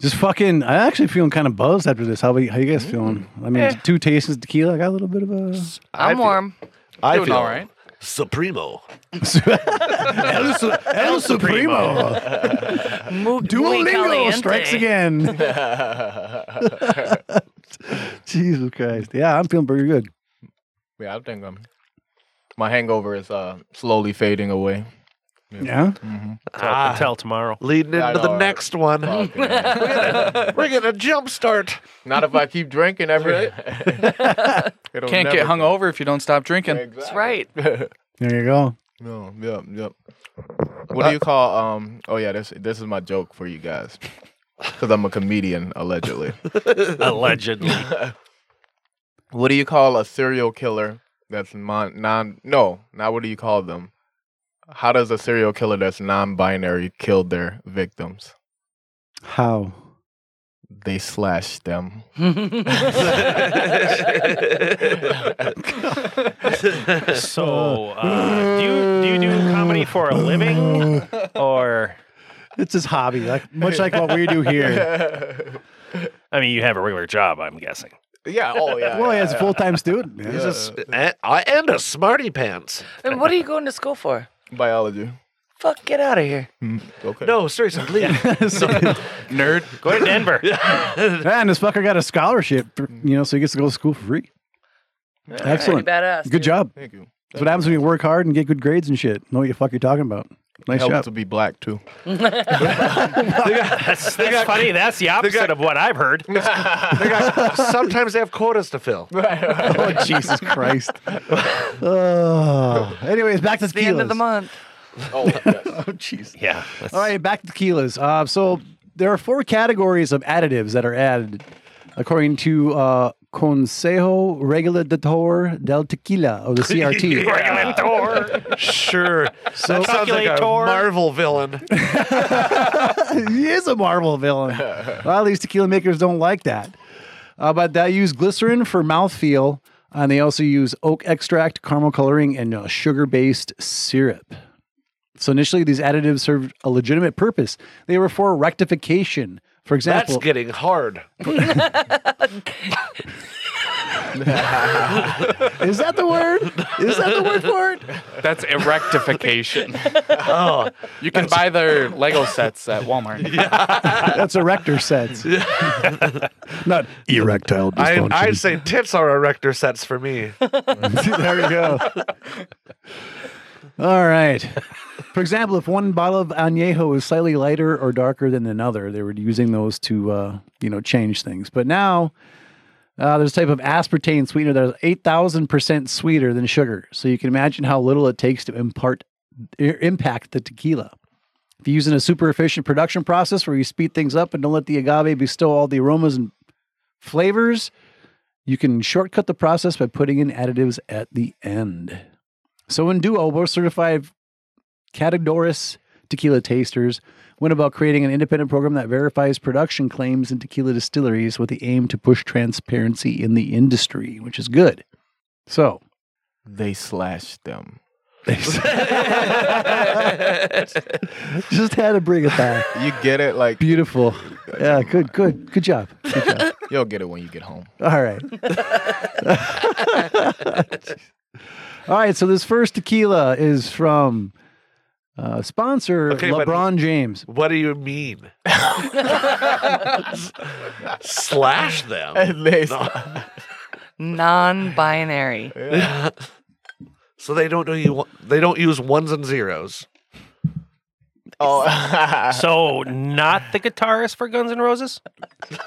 Speaker 3: Just fucking. I'm actually feeling kind of buzzed after this. How we, how you guys feeling? I mean, two tastes of tequila. I got a little bit of a. (laughs)
Speaker 4: I'm warm.
Speaker 2: I
Speaker 7: Doing all right.
Speaker 2: Supremo.
Speaker 3: El, Su- El Supremo. (laughs)
Speaker 4: Muy
Speaker 3: Duolingo
Speaker 4: caliente.
Speaker 3: strikes again. (laughs) Jesus Christ. Yeah, I'm feeling pretty good.
Speaker 6: Yeah, I think I'm. My hangover is uh slowly
Speaker 8: (laughs)
Speaker 6: fading away.
Speaker 3: Yeah.
Speaker 1: Until
Speaker 2: (laughs)
Speaker 1: tomorrow.
Speaker 2: Leading
Speaker 6: I
Speaker 2: into
Speaker 6: know,
Speaker 2: the
Speaker 6: right?
Speaker 2: next one. (laughs)
Speaker 6: Fucking-
Speaker 2: We're going to jump start.
Speaker 6: Not if I keep drinking every.
Speaker 7: (laughs)
Speaker 6: It'll
Speaker 7: Can't
Speaker 6: never-
Speaker 7: get hung over if you don't stop drinking.
Speaker 6: Exactly.
Speaker 4: That's right.
Speaker 3: There you go.
Speaker 6: No, yep, yep.
Speaker 7: Uh,
Speaker 6: What do you call um oh yeah, this this is my joke for you guys. Cuz I'm a comedian
Speaker 7: (laughs)
Speaker 6: allegedly.
Speaker 8: Allegedly.
Speaker 6: what do you call a serial killer that's mon- non no, not what do you call them? How does a serial killer that's non-binary kill their victims?
Speaker 3: How?
Speaker 6: They slash them.
Speaker 1: (laughs)
Speaker 8: So, uh, do you do you do comedy for a
Speaker 3: (laughs)
Speaker 8: living, or
Speaker 3: It's his hobby, like much like what we do
Speaker 6: (laughs)
Speaker 3: here.
Speaker 8: I mean, you have a regular job? I'm guessing.
Speaker 6: Yeah, oh (laughs) yeah.
Speaker 3: Well,
Speaker 6: yeah,
Speaker 3: he's a
Speaker 6: yeah.
Speaker 3: full time student. man.
Speaker 6: Yeah.
Speaker 3: He's just-
Speaker 2: And, and a smarty pants.
Speaker 4: And what are you going to school for?
Speaker 6: biology.
Speaker 4: Fuck, get out of here.
Speaker 6: Okay.
Speaker 2: No, seriously,
Speaker 7: (laughs)
Speaker 2: leave.
Speaker 7: Nerd.
Speaker 8: Go to Denver.
Speaker 3: and this fucker got a scholarship, for- you know, so he gets to go to school for free. Excellent.
Speaker 4: Pretty badass.
Speaker 3: Good
Speaker 4: dude.
Speaker 3: job.
Speaker 6: Thank you.
Speaker 3: That's what happens when you work hard and get good grades and shit. Know what the fuck you're talking about. Nice
Speaker 6: Help
Speaker 3: job.
Speaker 6: to be black too.
Speaker 8: (laughs) That's, that's funny. That's the opposite of what I've heard.
Speaker 2: They got- sometimes they have quotas to fill.
Speaker 3: (laughs) oh, Jesus Christ.
Speaker 6: (laughs)
Speaker 3: Oh. Anyways, back to
Speaker 4: It's the end of the
Speaker 3: tequilas.
Speaker 4: month.
Speaker 6: Oh, yes.
Speaker 3: Oh, Jesus.
Speaker 8: Yeah. that's-
Speaker 3: All right, back to tequilas. Uh, so there are four categories of additives that are added according to uh, Consejo Regulador del Tequila, or the CRT.
Speaker 8: Regulator.
Speaker 2: Sure. So that sounds like a
Speaker 8: Calculator.
Speaker 2: Marvel villain.
Speaker 3: he is a Marvel
Speaker 2: (laughs)
Speaker 3: villain. A lot of these tequila makers don't like that. Uh, but they use glycerin for mouthfeel, and they also use oak extract, caramel coloring, and uh, sugar based syrup. So initially, these additives served a legitimate purpose. They were for rectification. For
Speaker 2: That's
Speaker 3: example,
Speaker 2: getting hard.
Speaker 3: is that the word? Is that the word for
Speaker 2: (laughs)
Speaker 3: it?
Speaker 7: That's erectification. You can buy their Lego sets at Walmart.
Speaker 3: That's erector
Speaker 2: (laughs)
Speaker 3: sets. Not erectile
Speaker 2: I,
Speaker 3: dysfunction.
Speaker 2: I'd say tits are erector sets for me.
Speaker 3: (laughs) there we go. All right. For example, if one bottle of añejo is slightly lighter or darker than another, they were using those to, uh, you know, change things. But now uh, there's a type of aspartame sweetener that is 8,000% sweeter than sugar. So you can imagine how little it takes to impart, i- impact the tequila. If you're using a super efficient production process where you speed things up and don't let the agave bestow all the aromas and flavors, you can shortcut the process by putting in additives at the end. So in Duo, both certified Catadoris tequila tasters went about creating an independent program that verifies production claims in tequila distilleries with the aim to push transparency in the industry, which is good. So, (laughs)
Speaker 6: They slashed them.
Speaker 3: just had to bring it back.
Speaker 6: You get it? Like
Speaker 3: Beautiful. Yeah, good, good, good job. Good job.
Speaker 6: you'll get it when you get
Speaker 8: (laughs)
Speaker 6: home.
Speaker 3: All right. (laughs) All right. So this first tequila is from uh, sponsor
Speaker 2: Okay, but-
Speaker 3: LeBron James.
Speaker 2: What do you mean? Slash them.
Speaker 6: And they
Speaker 4: Non-binary.
Speaker 2: So they don't know you. They don't use ones and zeros. (laughs)
Speaker 6: oh,
Speaker 8: So, not the guitarist for Guns N' Roses?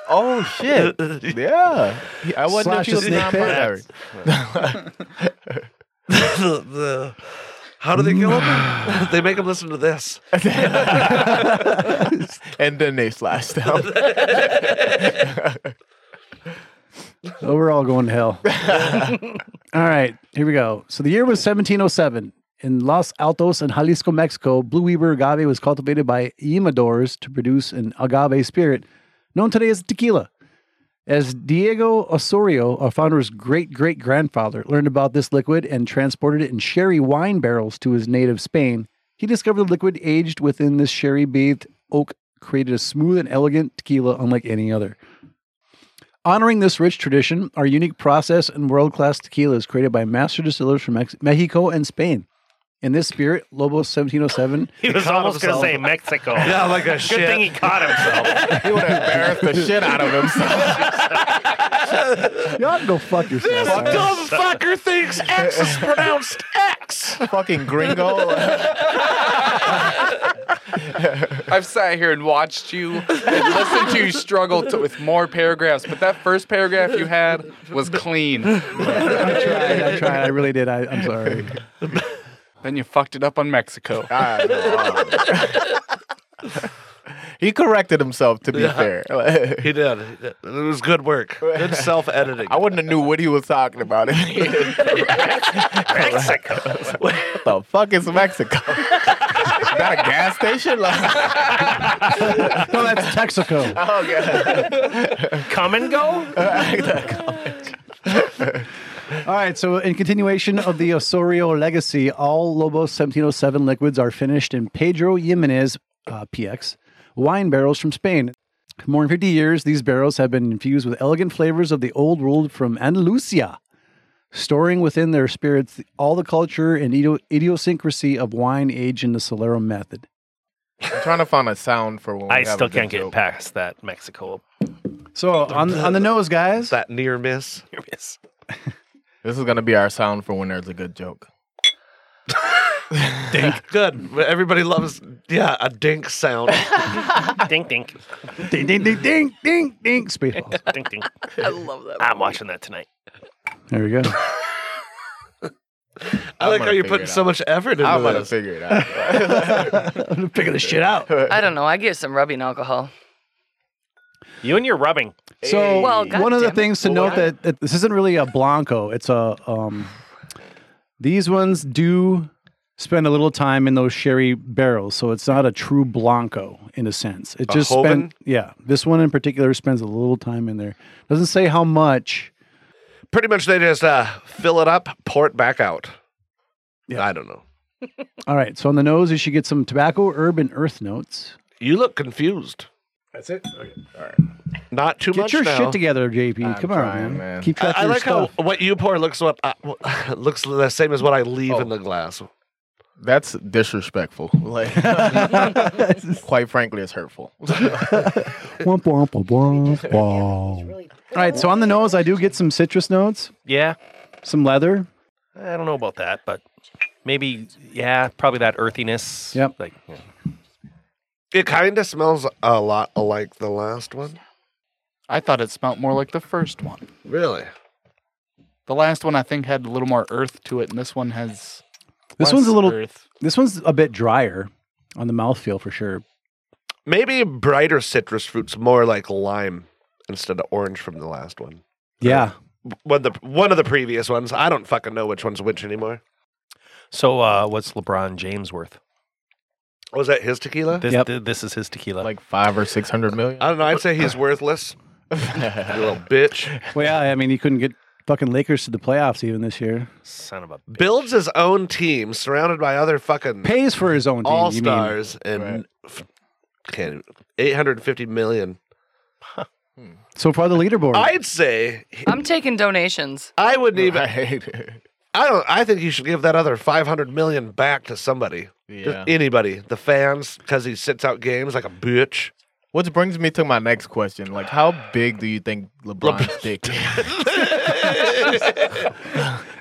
Speaker 6: oh shit! (laughs) Yeah, I wasn't
Speaker 3: Slash
Speaker 6: if
Speaker 3: a
Speaker 6: you was
Speaker 3: snake pit.
Speaker 6: non-binary.
Speaker 2: the, the- how do they kill them? they make them listen to this.
Speaker 6: and then they slashed (laughs) them.
Speaker 3: (laughs) Oh, we're all going to hell. all right. Here we go. So the year was 1707. In Los Altos and Jalisco, Mexico, blue weber agave was cultivated by Imadores to produce an agave spirit known today as tequila. As Diego Osorio, our founder's great great grandfather, learned about this liquid and transported it in sherry wine barrels to his native Spain, he discovered the liquid aged within this sherry bathed oak created a smooth and elegant tequila unlike any other. Honoring this rich tradition are unique process and world class tequilas created by master distillers from Mex- Mexico and Spain. In this spirit, oh Lobos 1707
Speaker 8: He was almost going to say Mexico.
Speaker 2: Yeah, like a
Speaker 8: Good
Speaker 2: shit.
Speaker 8: thing he caught himself.
Speaker 6: he would have embarrassed the shit out of
Speaker 8: (laughs)
Speaker 3: (laughs)
Speaker 6: himself.
Speaker 3: Y'all can go fuck yourself. all right?
Speaker 2: Dumb fucker thinks X is pronounced X.
Speaker 6: Fucking gringo. (laughs)
Speaker 7: I've sat here and watched you and listened to you struggle to, with more paragraphs, but that first paragraph you had was clean.
Speaker 3: I tried. I tried. I really did. I, I'm sorry.
Speaker 7: Then you fucked it up on Mexico.
Speaker 6: I know. he corrected himself. To be fair, (laughs)
Speaker 2: He did. It was good work. Good self editing.
Speaker 6: I wouldn't have knew what he was talking about. if he didn't (laughs)
Speaker 8: Mexico.
Speaker 6: What the fuck is Mexico? is that a gas station? (laughs) Like,
Speaker 3: (laughs) No, that's Texaco.
Speaker 6: oh god.
Speaker 8: Come and go?
Speaker 3: All right. So, in continuation of the Osorio legacy, all Lobos 1707 liquids are finished in Pedro Jimenez uh, PX wine barrels from Spain. For more than 50 years, these barrels have been infused with elegant flavors of the old world from Andalusia, storing within their spirits all the culture and idio- idiosyncrasy of wine aged in the Solero method.
Speaker 6: I'm trying to find a sound for when we
Speaker 8: I
Speaker 6: have a
Speaker 8: still
Speaker 6: good
Speaker 8: can't get
Speaker 6: joke.
Speaker 8: past that Mexico.
Speaker 3: So, on, on the nose, guys.
Speaker 2: that near miss.
Speaker 6: This is gonna be our sound for when there's a good joke.
Speaker 2: Good. Everybody loves, yeah, a dink sound.
Speaker 8: dink, dink.
Speaker 3: ding, ding, ding, ding, ding, ding. Spaceballs.
Speaker 8: Dink, dink.
Speaker 4: I love that.
Speaker 8: I'm watching that tonight.
Speaker 3: There (laughs) we go.
Speaker 2: I like
Speaker 6: gonna
Speaker 2: how you're
Speaker 6: figure
Speaker 2: putting
Speaker 6: it
Speaker 2: so
Speaker 6: out.
Speaker 2: much effort into
Speaker 6: I'm gonna
Speaker 2: this.
Speaker 6: figure it out.
Speaker 3: I'm gonna figure this shit out.
Speaker 4: I don't know. I get some rubbing alcohol.
Speaker 8: You and your rubbing.
Speaker 3: So
Speaker 4: Well,
Speaker 3: one of the
Speaker 4: goddammit.
Speaker 3: things to note that, that this isn't really a blanco. It's a um, these ones do spend a little time in those sherry barrels, so it's not a true blanco in a sense. It
Speaker 2: A
Speaker 3: just
Speaker 2: Hoban?
Speaker 3: spent yeah. This one in particular spends a little time in there. Doesn't say how much.
Speaker 2: (laughs) Pretty much they just uh, fill it up, pour it back out.
Speaker 3: Yeah.
Speaker 2: I don't know.
Speaker 3: All right. So on the nose, you should get some tobacco, herb, and earth notes.
Speaker 2: You look confused.
Speaker 6: That's it. Okay. All right.
Speaker 2: Not too
Speaker 3: Get
Speaker 2: much
Speaker 3: your
Speaker 2: now.
Speaker 3: shit together, JP.
Speaker 6: I'm
Speaker 3: Come on,
Speaker 6: trying,
Speaker 3: man.
Speaker 6: man.
Speaker 3: Keep
Speaker 2: I,
Speaker 3: track
Speaker 2: I
Speaker 3: of your
Speaker 2: like
Speaker 3: stuff.
Speaker 2: how what you pour looks what (laughs) I, looks the same as what I leave
Speaker 6: Oh.
Speaker 2: in the glass.
Speaker 6: That's disrespectful. Like, (laughs) quite frankly, it's hurtful.
Speaker 3: Womp, womp, womp, womp, womp. All right. So on the nose, I do get some citrus notes,
Speaker 8: Yeah.
Speaker 3: some leather.
Speaker 8: I don't know about that, but maybe, yeah, probably that earthiness.
Speaker 3: Yep.
Speaker 8: Like, yeah.
Speaker 2: It kind of smells a lot like the last one.
Speaker 7: I thought it smelled more like the first one.
Speaker 2: Really?
Speaker 7: The last one I think had a little more earth to it, and this one has
Speaker 3: This
Speaker 7: less
Speaker 3: one's a little.
Speaker 7: earth.
Speaker 3: This one's a bit drier on the mouthfeel for sure.
Speaker 2: Maybe brighter citrus fruits, more like lime instead of orange from the last one.
Speaker 3: Yeah.
Speaker 2: One the one of the previous ones. I don't fucking know which one's which anymore.
Speaker 8: So, uh, what's LeBron James worth?
Speaker 2: Was that his tequila?
Speaker 1: This,
Speaker 3: Yep.
Speaker 1: th- this is his tequila.
Speaker 6: Like five or six hundred million.
Speaker 2: I don't know. I'd say
Speaker 3: (laughs)
Speaker 2: he's worthless. (laughs) you little bitch.
Speaker 3: Well, yeah, I mean, he couldn't get fucking Lakers to the playoffs even this year.
Speaker 1: Son of a bitch.
Speaker 2: Builds his own team, surrounded by other fucking
Speaker 3: Pays for his own team.
Speaker 2: all
Speaker 3: you mean.
Speaker 2: stars, and
Speaker 6: Right.
Speaker 2: f- can't eight hundred fifty million.
Speaker 3: So far, the leaderboard.
Speaker 2: I'd say he-
Speaker 4: I'm taking donations.
Speaker 2: I wouldn't even.
Speaker 6: I hate it.
Speaker 2: I don't. I think you should give that other five hundred million back to somebody. Just
Speaker 6: Yeah.
Speaker 2: anybody, the fans, because he sits out games like a bitch.
Speaker 6: Which brings me to my next question: Like, how big do you think LeBron's dick? (laughs) is?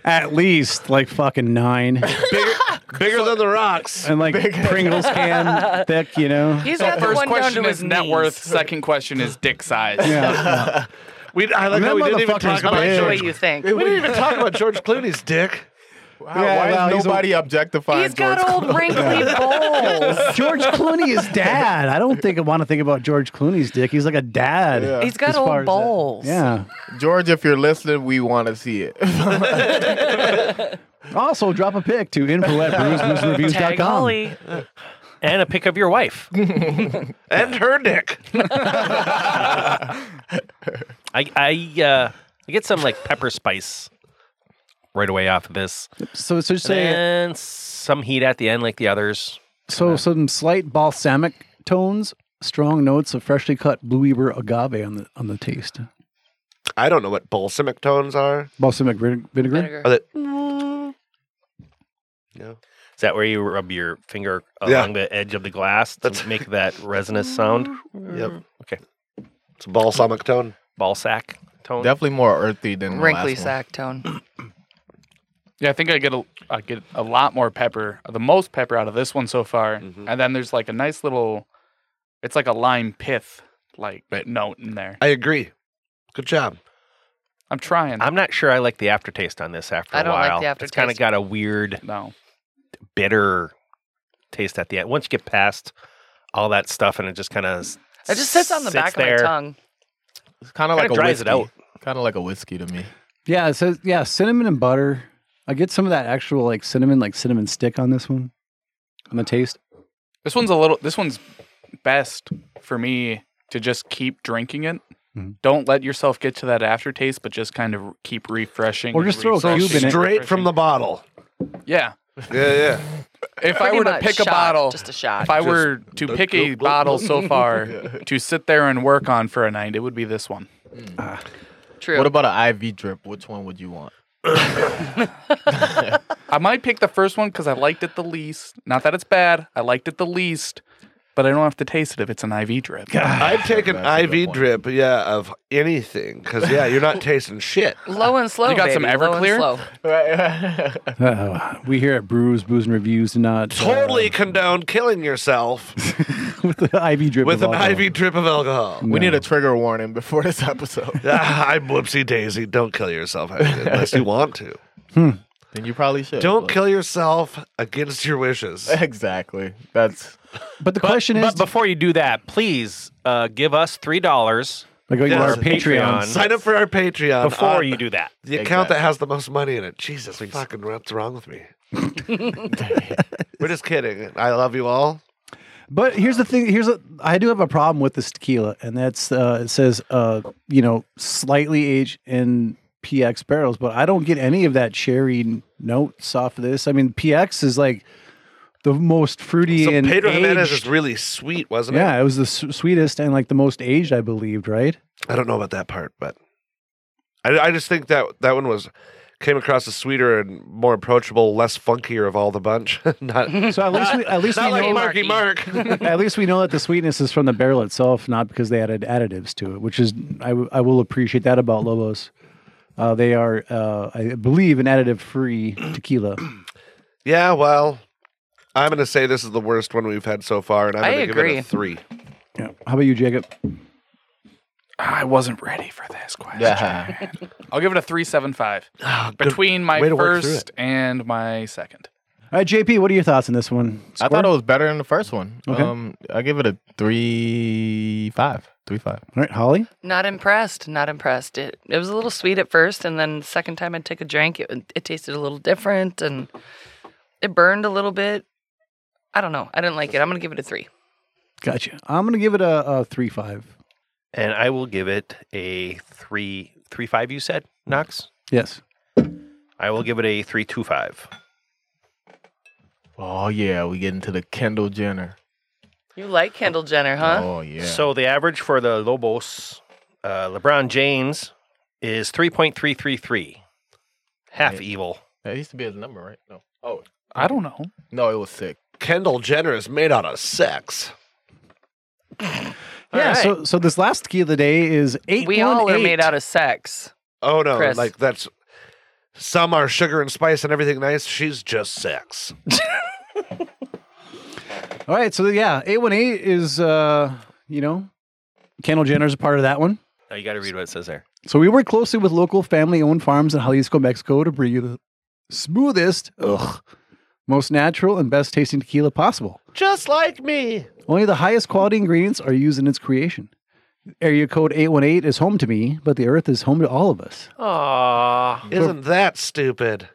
Speaker 3: At least like fucking nine,
Speaker 2: Bigger, bigger than the rocks.
Speaker 3: and like Pringles can thick, you know.
Speaker 4: He's got the
Speaker 7: First
Speaker 4: one down to
Speaker 7: question
Speaker 4: his
Speaker 7: is net
Speaker 4: knees.
Speaker 7: worth. Second question is dick size.
Speaker 3: Yeah.
Speaker 2: We, I like
Speaker 3: And
Speaker 2: how
Speaker 3: that
Speaker 2: we didn't even
Speaker 3: motherfucker's
Speaker 2: talk
Speaker 4: I
Speaker 2: about.
Speaker 4: like the way
Speaker 2: George,
Speaker 4: you think.
Speaker 2: we didn't even talk about George Clooney's dick.
Speaker 6: How,
Speaker 3: Yeah,
Speaker 6: why
Speaker 3: well, he's
Speaker 6: is
Speaker 3: a-
Speaker 6: nobody objectifying
Speaker 4: He's got
Speaker 6: George
Speaker 4: old wrinkly
Speaker 3: (laughs)
Speaker 4: balls.
Speaker 3: George Clooney is dad. I don't think I want to think about George Clooney's dick. He's like a dad.
Speaker 6: Yeah.
Speaker 4: He's got
Speaker 3: as far
Speaker 4: old
Speaker 3: as that-
Speaker 4: balls.
Speaker 3: Yeah.
Speaker 6: (laughs) George, if you're listening, we want to see it.
Speaker 3: Also, drop a pic to info at
Speaker 4: Tag
Speaker 3: bruisebruisereviews.com.
Speaker 4: Holly.
Speaker 1: And a pic of your wife.
Speaker 2: and her dick.
Speaker 1: I I, uh, I get some like pepper spice right away off of this,
Speaker 3: So, so just say
Speaker 1: and some heat at the end, like the others.
Speaker 3: so some slight balsamic tones, strong notes of freshly cut blue Weber agave on the on the taste.
Speaker 2: I don't know what balsamic tones are.
Speaker 3: Balsamic vin- vinegar.
Speaker 2: Are they?
Speaker 1: Is that where you rub your finger
Speaker 2: Yeah.
Speaker 1: along the edge of the glass to
Speaker 2: That's-
Speaker 1: make that resinous sound?
Speaker 2: Yep.
Speaker 1: Okay.
Speaker 2: It's a balsamic tone.
Speaker 1: Ball sack tone.
Speaker 6: Definitely more earthy than the
Speaker 4: Wrinkly
Speaker 6: last one.
Speaker 4: sack tone.
Speaker 7: Yeah, I think I get a I get a lot more pepper, the most pepper out of this one so far.
Speaker 2: Mhm.
Speaker 7: And then there's like a nice little, it's like a lime pith like note in there.
Speaker 2: I agree. Good job.
Speaker 7: I'm trying.
Speaker 1: I'm not sure I like the aftertaste on this after
Speaker 4: I
Speaker 1: a
Speaker 4: don't like
Speaker 1: while.
Speaker 4: the
Speaker 1: It's kind of
Speaker 4: aftertaste.
Speaker 1: got a weird
Speaker 7: no,
Speaker 1: bitter taste at the end. Once you get past all that stuff and it just kind of
Speaker 4: It just sits on the back
Speaker 1: there.
Speaker 4: of my tongue.
Speaker 6: It's kind of like a
Speaker 1: dries
Speaker 6: whiskey.
Speaker 1: it out.
Speaker 6: Kind of like a whiskey to me.
Speaker 3: Yeah, it says yeah, cinnamon and butter. I get some of that actual like cinnamon, like cinnamon stick on this one, on the taste.
Speaker 7: this one's a little. This one's best for me to just keep drinking it.
Speaker 3: Mhm.
Speaker 7: Don't let yourself get to that aftertaste, but just kind of keep refreshing.
Speaker 3: Or
Speaker 7: and
Speaker 3: just throw a
Speaker 7: refreshing.
Speaker 3: cube in it.
Speaker 2: Straight from the bottle.
Speaker 7: Yeah.
Speaker 2: Yeah, yeah. (laughs)
Speaker 7: If I
Speaker 4: Pretty
Speaker 7: were to
Speaker 4: much
Speaker 7: pick a
Speaker 4: shot,
Speaker 7: bottle,
Speaker 4: Just a shot.
Speaker 7: if I were to
Speaker 3: (laughs)
Speaker 2: Look,
Speaker 7: pick a
Speaker 2: look, look,
Speaker 7: bottle
Speaker 2: look.
Speaker 7: so far to sit there and work on for a night, it would be this one.
Speaker 4: True.
Speaker 6: What about an IV drip? Which one would you want?
Speaker 7: I might pick the first one because I liked it the least. Not that it's bad. I liked it the least, but I don't have to taste it if it's an IV drip.
Speaker 2: I'd take an
Speaker 6: That's a good
Speaker 2: IV
Speaker 6: one.
Speaker 2: drip, yeah, of anything, because yeah, you're not tasting shit.
Speaker 4: low and slow.
Speaker 7: You got some
Speaker 4: baby, low and
Speaker 7: Everclear?
Speaker 4: slow.
Speaker 3: Uh, we here at Brews, Booze, and Reviews do not uh,
Speaker 2: (laughs) Totally condone killing (laughs) yourself
Speaker 3: (laughs) with the IV drip
Speaker 2: with
Speaker 3: of
Speaker 2: an
Speaker 3: alcohol.
Speaker 2: IV drip of alcohol.
Speaker 6: We
Speaker 3: No.
Speaker 6: need a trigger warning before this (laughs) episode.
Speaker 2: (laughs) Ah, I'm whoopsie daisy. Don't kill yourself (laughs) unless you want to.
Speaker 6: then you probably should.
Speaker 2: Don't
Speaker 6: but-
Speaker 2: kill yourself against
Speaker 3: (laughs)
Speaker 2: your wishes.
Speaker 6: (laughs) Exactly. That's
Speaker 3: But the question is,
Speaker 1: But before you do that, please uh, give us three dollars
Speaker 3: like going to our
Speaker 2: Yes.
Speaker 3: Patreon.
Speaker 1: Patreon.
Speaker 2: Sign up for our Patreon.
Speaker 1: before
Speaker 2: Uh,
Speaker 1: you do that.
Speaker 2: the account that has the most money in it. Jesus, fucking, what's wrong with
Speaker 3: (laughs)
Speaker 2: me? We're just kidding. I love you all.
Speaker 3: But here's the thing. Here's a, I do have a problem with this tequila, and that's uh, it says uh, you know slightly aged in PX barrels, but I don't get any of that cherry n- notes off of this. I mean, PX is like the most fruity
Speaker 2: So
Speaker 3: and
Speaker 2: Pedro Jimenez
Speaker 3: aged-
Speaker 2: is really sweet, wasn't it?
Speaker 3: yeah, it was the s- sweetest and like the most aged, I believed.
Speaker 2: (laughs)
Speaker 3: Right?
Speaker 2: I don't know about that part, but I, I just think that that one was came across as sweeter and more approachable, less funkier of all the bunch. (laughs) not
Speaker 3: So at least we, at least we
Speaker 2: (laughs) not like
Speaker 3: know
Speaker 2: Marky Mark.
Speaker 3: (laughs)
Speaker 2: (laughs)
Speaker 3: at least we know that the sweetness is from the barrel itself, not because they added additives to it, which is I, w- I will appreciate that about Lobos. Uh, they are, uh, I believe, an additive-free tequila.
Speaker 2: yeah, well, I'm going to say this is the worst one we've had so far, and I'm
Speaker 4: I
Speaker 2: going to give it
Speaker 4: agree.
Speaker 2: a three.
Speaker 3: (clears throat) Yeah. How about you, Jacob?
Speaker 7: I wasn't ready for this question.
Speaker 6: yeah.
Speaker 7: I'll give it a 375 between my
Speaker 2: way to work through
Speaker 7: first and my second.
Speaker 3: All right, JP, what are your thoughts on this one?
Speaker 6: I thought it was better than the first one.
Speaker 3: Okay.
Speaker 6: Um, I give it a three five, three five.
Speaker 3: All right, Holly.
Speaker 4: Not impressed. Not impressed. It it was a little sweet at first, and then the second time I took a drink, it it tasted a little different, and it burned a little bit. I don't know. I didn't like it. I'm gonna give it a three.
Speaker 3: Gotcha. I'm gonna give it a, a three five.
Speaker 1: And I will give it a three three five. You said Knox.
Speaker 3: Yes.
Speaker 1: I will give it a three two five.
Speaker 6: Oh yeah, we get into the Kendall Jenner.
Speaker 4: You like Kendall Jenner, huh?
Speaker 6: Oh yeah.
Speaker 1: So the average for the Lobos, uh, LeBron James, is three point three three three. Half
Speaker 6: Right.
Speaker 1: evil.
Speaker 6: that used to be his number, right? No. Oh
Speaker 7: I don't know.
Speaker 6: no, it
Speaker 1: (laughs)
Speaker 6: was sick.
Speaker 2: Kendall Jenner is made out of sex.
Speaker 3: Yeah.
Speaker 1: right.
Speaker 3: So so this last key of the day is
Speaker 1: Oh.
Speaker 3: eight.
Speaker 4: We all are made out of sex.
Speaker 2: Oh no,
Speaker 4: Chris.
Speaker 2: like that's some are sugar and spice and everything nice. She's just sex.
Speaker 3: All right. So yeah, eight one eight is uh you know, Kendall Jenner's a part of that one.
Speaker 1: Now you got to read what it says there.
Speaker 3: So we work closely with local family-owned farms in Jalisco, Mexico, to bring you the smoothest, ugh, most natural and best tasting tequila possible.
Speaker 2: Just like me.
Speaker 3: Only the highest quality ingredients are used in its creation. Area code 818 is home to me, but the earth is home to all of us.
Speaker 1: Aww.
Speaker 2: Isn't that stupid?
Speaker 3: (laughs)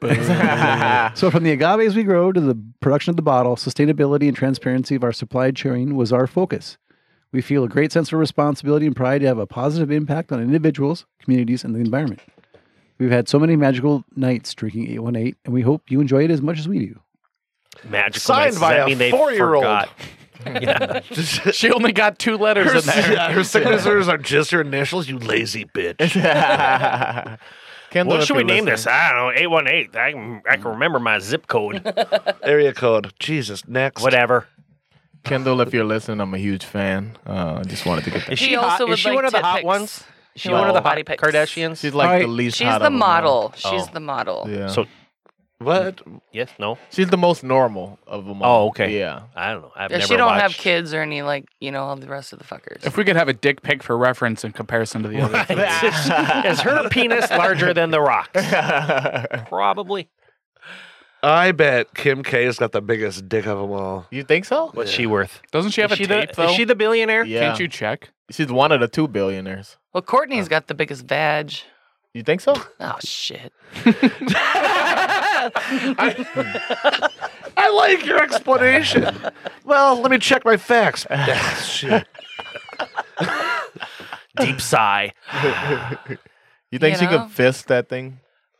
Speaker 3: So, from the agaves we grow to the production of the bottle, sustainability and transparency of our supply chain was our focus. We feel a great sense of responsibility and pride to have a positive impact on individuals, communities, and the environment. We've had so many magical nights drinking 818, and we hope you enjoy it as much as we do.
Speaker 1: Magical.
Speaker 2: Signed
Speaker 1: nights. Does
Speaker 2: by
Speaker 1: that
Speaker 2: a
Speaker 1: mean they
Speaker 2: four-year-old. (laughs)
Speaker 1: forgot?
Speaker 7: She only got two letters in there.
Speaker 2: yeah, her signatures are just her initials, you lazy bitch.
Speaker 6: Kendall,
Speaker 1: What
Speaker 6: if
Speaker 1: should we
Speaker 6: you're
Speaker 1: name this?
Speaker 6: listening-
Speaker 1: I don't know. Eight one eight. I can I
Speaker 8: Mm.
Speaker 1: can remember my zip
Speaker 8: (laughs)
Speaker 1: code.
Speaker 2: Area code. Jesus, next.
Speaker 1: Whatever.
Speaker 6: Kendall, if you're listening, I'm a huge fan. Uh, I just wanted to get that.
Speaker 1: Is she hot? Is she one of the
Speaker 4: tit
Speaker 1: hot
Speaker 4: pics.
Speaker 1: ones? She
Speaker 4: She
Speaker 1: one of the hot
Speaker 4: body pics.
Speaker 1: Kardashians. (laughs)
Speaker 6: (laughs) She's like
Speaker 3: All right.
Speaker 6: the least.
Speaker 4: She's
Speaker 6: hot
Speaker 4: the
Speaker 6: of them all.
Speaker 4: model. She's
Speaker 1: Oh.
Speaker 4: the model.
Speaker 6: Yeah.
Speaker 1: So
Speaker 2: What?
Speaker 1: yes, no.
Speaker 6: she's the most normal of them all.
Speaker 1: Oh, okay.
Speaker 6: Yeah.
Speaker 1: I don't know. I've
Speaker 4: Yeah,
Speaker 1: never
Speaker 4: she don't have
Speaker 1: watched-
Speaker 4: kids or any like you know all the rest of the fuckers.
Speaker 7: If we could have a dick pic for reference in comparison to the other,
Speaker 1: (laughs)
Speaker 7: three.
Speaker 1: Is her penis larger than the
Speaker 4: (laughs)
Speaker 1: rocks? Probably.
Speaker 2: I bet Kim K has got the biggest dick of them all.
Speaker 6: (laughs) you think so?
Speaker 1: What's she worth?
Speaker 7: doesn't she have
Speaker 1: Uh, is,
Speaker 7: a
Speaker 1: she
Speaker 7: tape
Speaker 1: the,
Speaker 7: though?
Speaker 1: is she the billionaire?
Speaker 6: Yeah.
Speaker 7: Can't you check?
Speaker 6: She's one of the two billionaires.
Speaker 4: Well, Courtney's
Speaker 1: Uh.
Speaker 4: got the biggest vag.
Speaker 6: You think so?
Speaker 4: Oh shit.
Speaker 2: I like your
Speaker 1: (laughs)
Speaker 2: explanation. well, let me check
Speaker 1: (sighs)
Speaker 2: my facts. Ah, shit.
Speaker 1: Deep sigh.
Speaker 6: You think
Speaker 4: You
Speaker 6: she
Speaker 4: know?
Speaker 6: could fist that thing?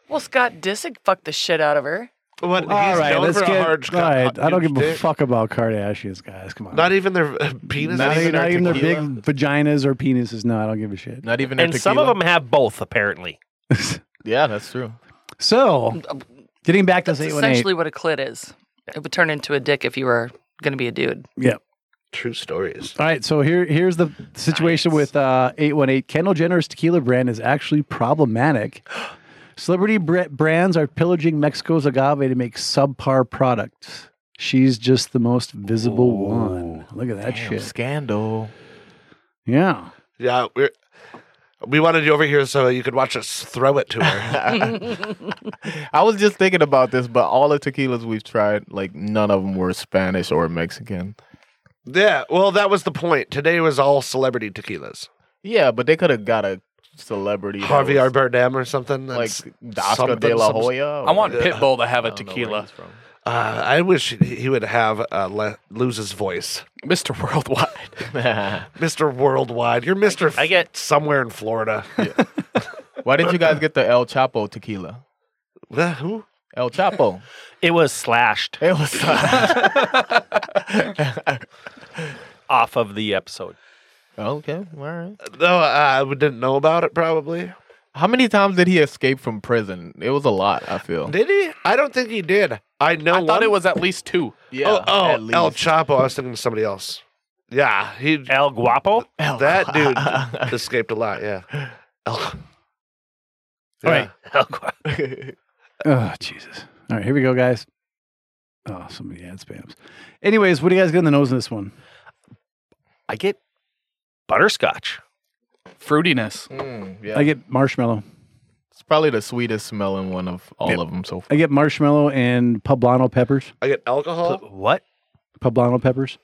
Speaker 4: Well, Scott Disick fucked the shit out of her.
Speaker 2: What? he's known for a hard
Speaker 3: all right, I don't
Speaker 2: huge
Speaker 3: give a
Speaker 2: dick.
Speaker 3: fuck about Kardashians, guys. Come on.
Speaker 2: Not even their uh, penis.
Speaker 3: Not even,
Speaker 2: their
Speaker 3: not even their big
Speaker 2: tequila?
Speaker 3: vaginas or penises. No, I don't give a shit.
Speaker 6: Not even.
Speaker 1: (laughs)
Speaker 6: her
Speaker 1: And some of
Speaker 6: tequila?
Speaker 1: them have both, apparently.
Speaker 6: Yeah, that's true.
Speaker 3: (laughs) So, getting back to
Speaker 4: That's
Speaker 3: this 818.
Speaker 4: essentially what a clit is. It would turn into a dick if you were gonna be a dude.
Speaker 3: Yeah.
Speaker 2: True stories.
Speaker 3: All right, so here here's the situation with uh, 818. Kendall Jenner's tequila brand is actually
Speaker 1: (gasps)
Speaker 3: problematic. Celebrity br- brands are pillaging Mexico's agave to make subpar products. She's just the most visible one. Look at that
Speaker 6: Damn,
Speaker 3: shit.
Speaker 6: scandal.
Speaker 3: Yeah.
Speaker 2: Yeah, we're, we wanted you over here so you could watch us throw it to her.
Speaker 6: I was just thinking about this, but all the tequilas we've tried, like none of them were Spanish or Mexican.
Speaker 2: yeah, well, that was the point. Today was all celebrity tequilas.
Speaker 6: Yeah, but they could have got a celebrity. that
Speaker 2: Harvey
Speaker 6: was,
Speaker 2: Bardem or something.
Speaker 6: like
Speaker 2: That's
Speaker 6: the Oscar
Speaker 2: something,
Speaker 6: de la
Speaker 2: some-
Speaker 6: Hoya.
Speaker 7: I want
Speaker 6: or-
Speaker 7: Pitbull to have a
Speaker 6: Oh, I don't know where
Speaker 7: tequila.
Speaker 6: he's from.
Speaker 2: Uh, I wish he he would have uh, le- lose his voice.
Speaker 7: Mr. Worldwide.
Speaker 2: Mr. Worldwide. You're Mr.
Speaker 1: I get-
Speaker 2: somewhere in Florida.
Speaker 6: Why didn't you guys get the El Chapo tequila?
Speaker 2: Uh, Who?
Speaker 6: El Chapo.
Speaker 1: It was slashed
Speaker 6: It was.
Speaker 1: off of the episode.
Speaker 6: (laughs) okay, all right.
Speaker 2: No, I didn't know about it probably.
Speaker 6: How many times did he escape from prison? It was a lot, I feel.
Speaker 2: Did he? I don't think he did. I know.
Speaker 7: I thought
Speaker 2: one-
Speaker 7: it was at least two.
Speaker 6: Yeah,
Speaker 2: oh,
Speaker 6: at
Speaker 2: oh
Speaker 6: least.
Speaker 2: El Chapo. I was thinking of somebody else. Yeah, he.
Speaker 1: El Guapo?
Speaker 2: that (laughs) dude escaped a lot. Yeah. El-
Speaker 3: All right.
Speaker 1: El Guapo.
Speaker 3: Oh, Jesus. All right, here we go, guys. Oh, so many ad spams. Anyways, what do you guys get in the nose in this one?
Speaker 1: I get butterscotch.
Speaker 7: Fruitiness.
Speaker 6: Mm, yeah.
Speaker 3: I get marshmallow.
Speaker 6: it's probably the sweetest smelling one of all of them so far.
Speaker 3: I get marshmallow and poblano peppers.
Speaker 2: I get alcohol.
Speaker 1: What?
Speaker 3: Poblano peppers.